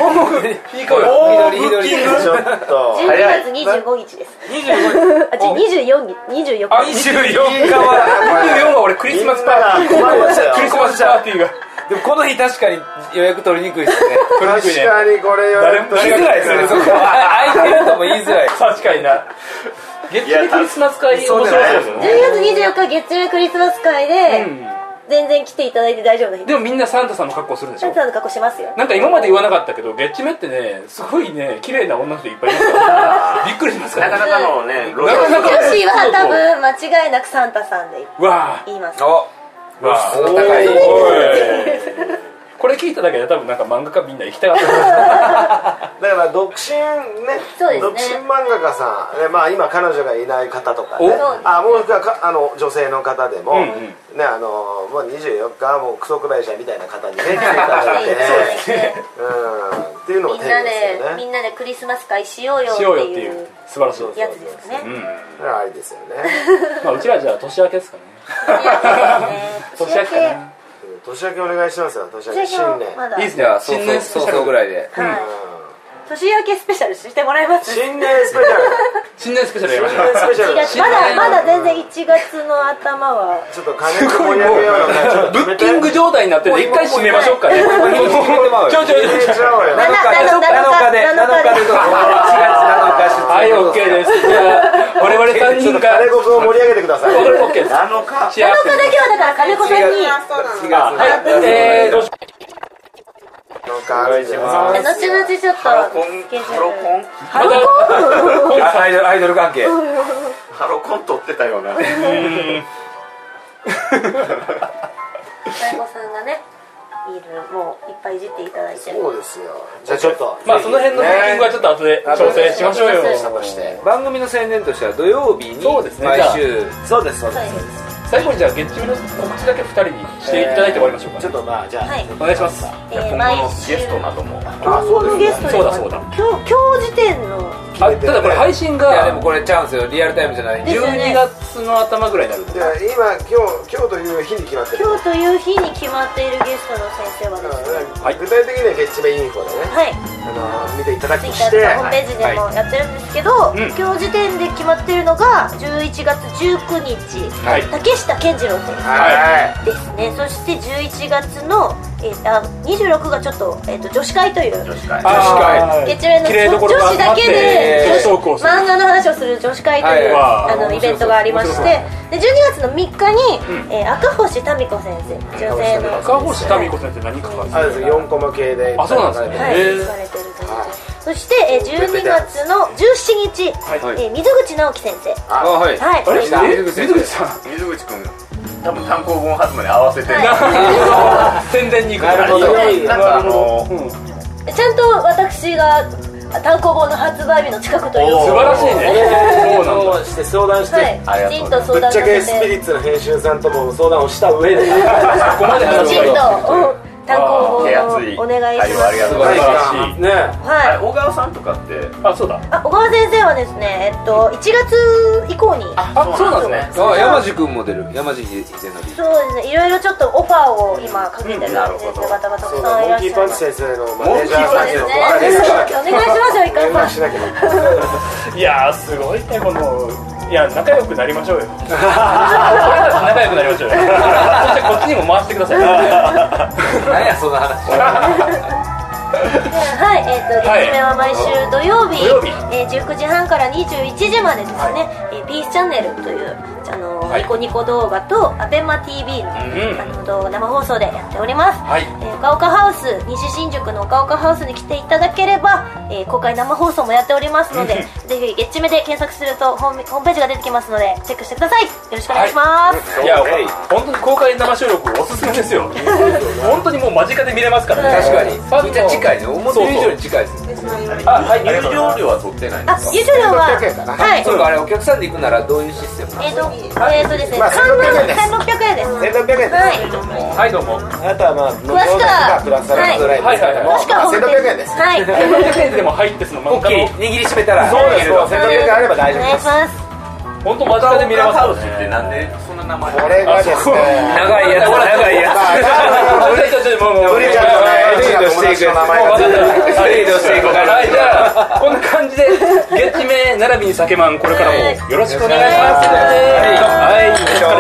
Speaker 2: い声よ
Speaker 1: おひどりひどり
Speaker 3: ちょっと
Speaker 4: 12月25日です25あじゃあ24日24
Speaker 2: あ
Speaker 4: 日
Speaker 2: 24日は24は俺クリスマスパーティ
Speaker 3: みんなが困りますよ
Speaker 2: ークリスマスパーティーが
Speaker 1: でもこの日確かに予約取りにくいですね
Speaker 2: 取りにく
Speaker 3: 確
Speaker 2: いね
Speaker 3: かにこれよ
Speaker 2: 誰も
Speaker 1: 言いづらいですねそこは空いてるとも言いづらい
Speaker 2: 確かにな月曜日クリスマス会面白そうですよ
Speaker 4: 10
Speaker 2: ね
Speaker 4: 月24日月曜クリスマス会で全然来ていただいて大丈夫な日
Speaker 2: でもみんなサンタさんの格好するでし
Speaker 4: サン
Speaker 2: ょ
Speaker 4: タの格好しますよ
Speaker 2: なんか今まで言わなかったけどゲッチメってねすごいね綺麗な女の人いっぱいいますからびっくりしますから
Speaker 7: なか
Speaker 2: ね
Speaker 7: なかのねロ
Speaker 2: なかな
Speaker 4: 女
Speaker 2: か
Speaker 4: 子は多分間違いなくサンタさんで
Speaker 2: わあ
Speaker 4: 言います
Speaker 1: お
Speaker 2: わあ
Speaker 1: お高い
Speaker 2: おいこれ聞いただけで多分なんか漫画家みんな行きたかった
Speaker 3: だから独身ね
Speaker 4: そうですね
Speaker 3: 独身漫画家さん、ねまあ、今彼女がいない方とか
Speaker 2: お
Speaker 3: ね
Speaker 4: そうです
Speaker 3: あもう一回かあの女性の方でも、
Speaker 2: うん
Speaker 3: ねあのもう24日はもうクソくらいじゃんみたいな
Speaker 4: *laughs*
Speaker 3: 方にね来ていただいて、うん、っていうの
Speaker 4: み
Speaker 3: も
Speaker 4: ん
Speaker 3: 手
Speaker 4: なで
Speaker 3: ですよ
Speaker 4: み
Speaker 3: ね
Speaker 4: んなでクリスマス会しようよっ
Speaker 2: してようよってい
Speaker 4: いうう
Speaker 2: 素晴らしいです
Speaker 4: やつですかね
Speaker 2: うん
Speaker 3: だからあれですよ
Speaker 4: *laughs*
Speaker 3: ね
Speaker 2: まあうちらじゃあ年明けですかね
Speaker 4: 年
Speaker 2: 年
Speaker 4: 明
Speaker 2: 明け
Speaker 4: けです
Speaker 2: か
Speaker 4: ね
Speaker 3: うん年明けお願いしますよ年明
Speaker 4: 年明
Speaker 3: け
Speaker 4: け
Speaker 3: 新
Speaker 4: も
Speaker 3: 年、
Speaker 4: まだ
Speaker 2: いいです
Speaker 1: じ
Speaker 2: ね
Speaker 1: ゃあそう
Speaker 2: 新
Speaker 1: そう
Speaker 2: 年スペ
Speaker 1: そ
Speaker 2: シ
Speaker 1: う
Speaker 2: ャ
Speaker 1: そう
Speaker 2: ル
Speaker 1: ぐらいで
Speaker 4: は
Speaker 3: う
Speaker 4: い年明けスペシャルしてもらいま
Speaker 3: ん
Speaker 4: す
Speaker 3: 新年スペシ
Speaker 2: 新年スペシャルやり
Speaker 3: ャ
Speaker 2: ま
Speaker 3: ル
Speaker 2: し
Speaker 3: 新
Speaker 2: ょう
Speaker 3: 年スペシャル
Speaker 4: 1月まだまだ全然1月の頭は
Speaker 3: ちょっと金子盛り上げようよちょっと
Speaker 2: ブッキング状態になってるんで一回締めましょうかね
Speaker 1: もうもうもうもうもう
Speaker 2: ちょちょちょ
Speaker 3: 入
Speaker 2: ち
Speaker 3: れ
Speaker 2: ょ
Speaker 3: ちゃおうよ
Speaker 1: 7日で7日で7日でどうぞ
Speaker 2: は
Speaker 1: 7日
Speaker 2: い
Speaker 1: 出
Speaker 2: オッケーですじゃあ我々3
Speaker 3: ちょっ
Speaker 2: 人
Speaker 3: と
Speaker 2: が
Speaker 3: 金子君を盛り上げてください
Speaker 2: これオッケーです
Speaker 7: あのか
Speaker 2: 幸
Speaker 4: 7日だけはだから金子さんに
Speaker 1: 7月
Speaker 2: せえーどうし
Speaker 3: なんかあるんじゃ
Speaker 4: 後
Speaker 3: ない
Speaker 4: 々ちょっと
Speaker 7: ハロコン
Speaker 4: スケジュール
Speaker 7: ハロコン
Speaker 4: ハロコン
Speaker 1: あアイドルアイドル関係
Speaker 7: ハロコン撮ってたような
Speaker 4: 大悟さんがねいるもういっぱいいじっていただいて
Speaker 3: そうですよじゃあちょっと
Speaker 2: まあその辺のタイミングはちょっと後で調整しましょうよ
Speaker 3: 調整として
Speaker 1: 番組の宣伝としては土曜日に
Speaker 2: そうですね
Speaker 1: 毎週
Speaker 3: そうですそうで
Speaker 4: そうですす
Speaker 2: 最後にじゃあ月中の告知だけ2人にしていただいて終わりましょうか、
Speaker 3: ちょっとまあじゃあ、
Speaker 4: はい
Speaker 2: お願いします
Speaker 4: えー
Speaker 7: 今
Speaker 4: 毎
Speaker 7: 後の
Speaker 4: 週
Speaker 7: ゲストなども
Speaker 3: あ
Speaker 4: 今日
Speaker 3: そ
Speaker 4: の
Speaker 3: うで
Speaker 4: ゲ
Speaker 3: す
Speaker 4: スト
Speaker 3: ね
Speaker 4: で
Speaker 2: そうだそうだ
Speaker 4: 今日今日時点の
Speaker 2: あただこれ配信
Speaker 1: いやで
Speaker 2: が
Speaker 1: もこれチャンスよリアルタイムじゃない
Speaker 4: ですよ
Speaker 2: 12
Speaker 4: ね
Speaker 2: 月の頭ぐらいになるんで
Speaker 3: じゃあ今今日今日という日に決まってる
Speaker 4: 今日という日に決まっているゲストの先生は
Speaker 3: う
Speaker 4: ですね
Speaker 3: ん具体的にはゲッチメインフォでね、
Speaker 4: はい
Speaker 3: あのー見ていただくとし
Speaker 4: Twitter
Speaker 3: て
Speaker 4: とかホームページでもやってるんですけど、今日時点で決まってるのが11月19日、
Speaker 2: はい
Speaker 4: 竹下健次郎先生
Speaker 3: は
Speaker 4: ですねそして11月の、えー、あ26がちょっと,、えー、と女子会という
Speaker 7: 女子会
Speaker 2: あー
Speaker 4: 月面の
Speaker 2: 綺麗どこ
Speaker 4: 女
Speaker 2: ろが
Speaker 4: 子だけ
Speaker 1: え
Speaker 4: で女
Speaker 1: ー
Speaker 2: 女
Speaker 4: 子
Speaker 2: 子トークをする
Speaker 4: 漫画の話をする女子会という、
Speaker 2: はい
Speaker 4: あのイベントがありましてで12月の3日に、えー赤星民子先生女性の
Speaker 2: 赤星民子さんって何かかるん
Speaker 3: あれです4コマ系で
Speaker 2: あそうなんですね
Speaker 4: はい、
Speaker 2: へー
Speaker 4: 言われてるというそして、えー、12月の17日、
Speaker 1: はい
Speaker 4: えー水口直樹先生
Speaker 1: あはい
Speaker 4: はい、
Speaker 2: あれ
Speaker 4: 来ましたはい
Speaker 2: え水口さん
Speaker 7: 水口君多分単行本発まで合わせて
Speaker 2: 宣伝に行く
Speaker 3: なるほど
Speaker 7: なんかあの
Speaker 4: ちゃんと私が単行本の発売日の近くという
Speaker 2: 素晴らしいねそうなんだ
Speaker 3: そうして相談して、
Speaker 4: はい、きちんと
Speaker 3: ぶ
Speaker 4: 相
Speaker 3: っ
Speaker 4: 談
Speaker 3: ち
Speaker 4: さ
Speaker 3: ゃ
Speaker 4: せ
Speaker 3: けスピリッ
Speaker 4: て
Speaker 3: ツの編集さんとも相談をした上で
Speaker 2: ここまで
Speaker 4: き
Speaker 2: 話
Speaker 4: ちんとうん単行
Speaker 7: 手厚
Speaker 4: 本
Speaker 7: い
Speaker 4: をお願いし
Speaker 7: 対応
Speaker 4: ま
Speaker 7: ありが
Speaker 4: す
Speaker 7: とうござい
Speaker 2: 晴
Speaker 7: ます
Speaker 2: らしい
Speaker 3: ね
Speaker 7: あれ
Speaker 4: はい
Speaker 7: 小川さんとかって
Speaker 2: あそうだ
Speaker 4: あ小川先生はですねえっと1月以降に
Speaker 2: あそうなんですね
Speaker 1: あ山地君も出る山地秀則
Speaker 4: そうですねいろいろちょっとオファーを今かけてる先
Speaker 7: なるほど
Speaker 4: 生方がたく
Speaker 3: そう
Speaker 4: さ
Speaker 3: だ
Speaker 4: んい
Speaker 3: モン
Speaker 4: らっ
Speaker 3: キ
Speaker 4: し
Speaker 3: ーパ
Speaker 4: ゃい
Speaker 3: ン
Speaker 4: ま
Speaker 3: チ先生
Speaker 4: す
Speaker 3: のマネージャーさんにあ連絡しなきゃ連絡しなきゃ
Speaker 4: そうですねお願いしますよいかんさん
Speaker 2: いやーすごいねこのいや仲良くなりましょうよ俺たち仲良くなりましょうよそしてこっちにも回してください
Speaker 1: 何やその話
Speaker 4: はい、えっ、と、
Speaker 2: はい
Speaker 4: 月面は毎週土曜日、
Speaker 2: 土曜日
Speaker 4: えー、19時半から21時までですね、えーピースチャンネルという、あのー
Speaker 2: はい
Speaker 4: ニコニコ動画と、アベマ t v の、
Speaker 2: ん
Speaker 4: あの動画生放送でやっております。
Speaker 2: はい
Speaker 4: えー岡岡ハウス、西新宿の岡岡ハウスに来ていただければ、えー公開生放送もやっておりますので、ぜひ、月目で検索するとホーム、ホームページが出てきますので、チェックしてください。よろしくお願いします。
Speaker 2: いや本当に公開生収録おすすめですよ本当にもう間近で見れますからね
Speaker 1: 確かに
Speaker 2: ファンの
Speaker 1: めっちゃ近いね思ってる以上に近いですね
Speaker 2: あはい
Speaker 7: 入場料は取ってないん
Speaker 4: あ
Speaker 7: です、か
Speaker 4: ゆうちょりょうは、
Speaker 3: 1600円かな
Speaker 4: はい
Speaker 1: そ。れかあれお客さんで行くならどういうシステムなの
Speaker 4: えっ、と、えっ、とですね、
Speaker 3: まあ
Speaker 4: 観覧
Speaker 3: 1600円です
Speaker 4: 1600円で
Speaker 3: 1600円で
Speaker 4: す。
Speaker 3: す
Speaker 4: は
Speaker 2: は
Speaker 4: い。
Speaker 2: いどうも
Speaker 3: あとはまあ向こうとかプラスアルファドライブですけども、
Speaker 4: もしくはホーム
Speaker 3: 1600円です
Speaker 4: ページ
Speaker 3: *laughs*
Speaker 2: 1600円
Speaker 4: はい。
Speaker 2: でも入ってその漫画の
Speaker 1: 握りしめたら
Speaker 3: そうですそう1600円あれば
Speaker 4: お
Speaker 3: 大丈夫
Speaker 4: 願
Speaker 3: で
Speaker 4: いし
Speaker 3: す
Speaker 4: ます。
Speaker 2: 本当間近で見れますからね
Speaker 7: ってなんでそんな名前
Speaker 3: これがですね
Speaker 1: 長いやつ長いや
Speaker 3: まあ
Speaker 2: あ俺たちはもうもう
Speaker 3: ブリちゃんのねエリーのしていく名前
Speaker 2: もう
Speaker 3: が
Speaker 2: 分かっ
Speaker 3: 出
Speaker 2: てた
Speaker 3: る
Speaker 1: はいどうしていこうかな
Speaker 2: はいじゃあこんな感じで月目並びに酒まんこれからもよろしくお願いします
Speaker 4: はい
Speaker 2: はいお疲れ様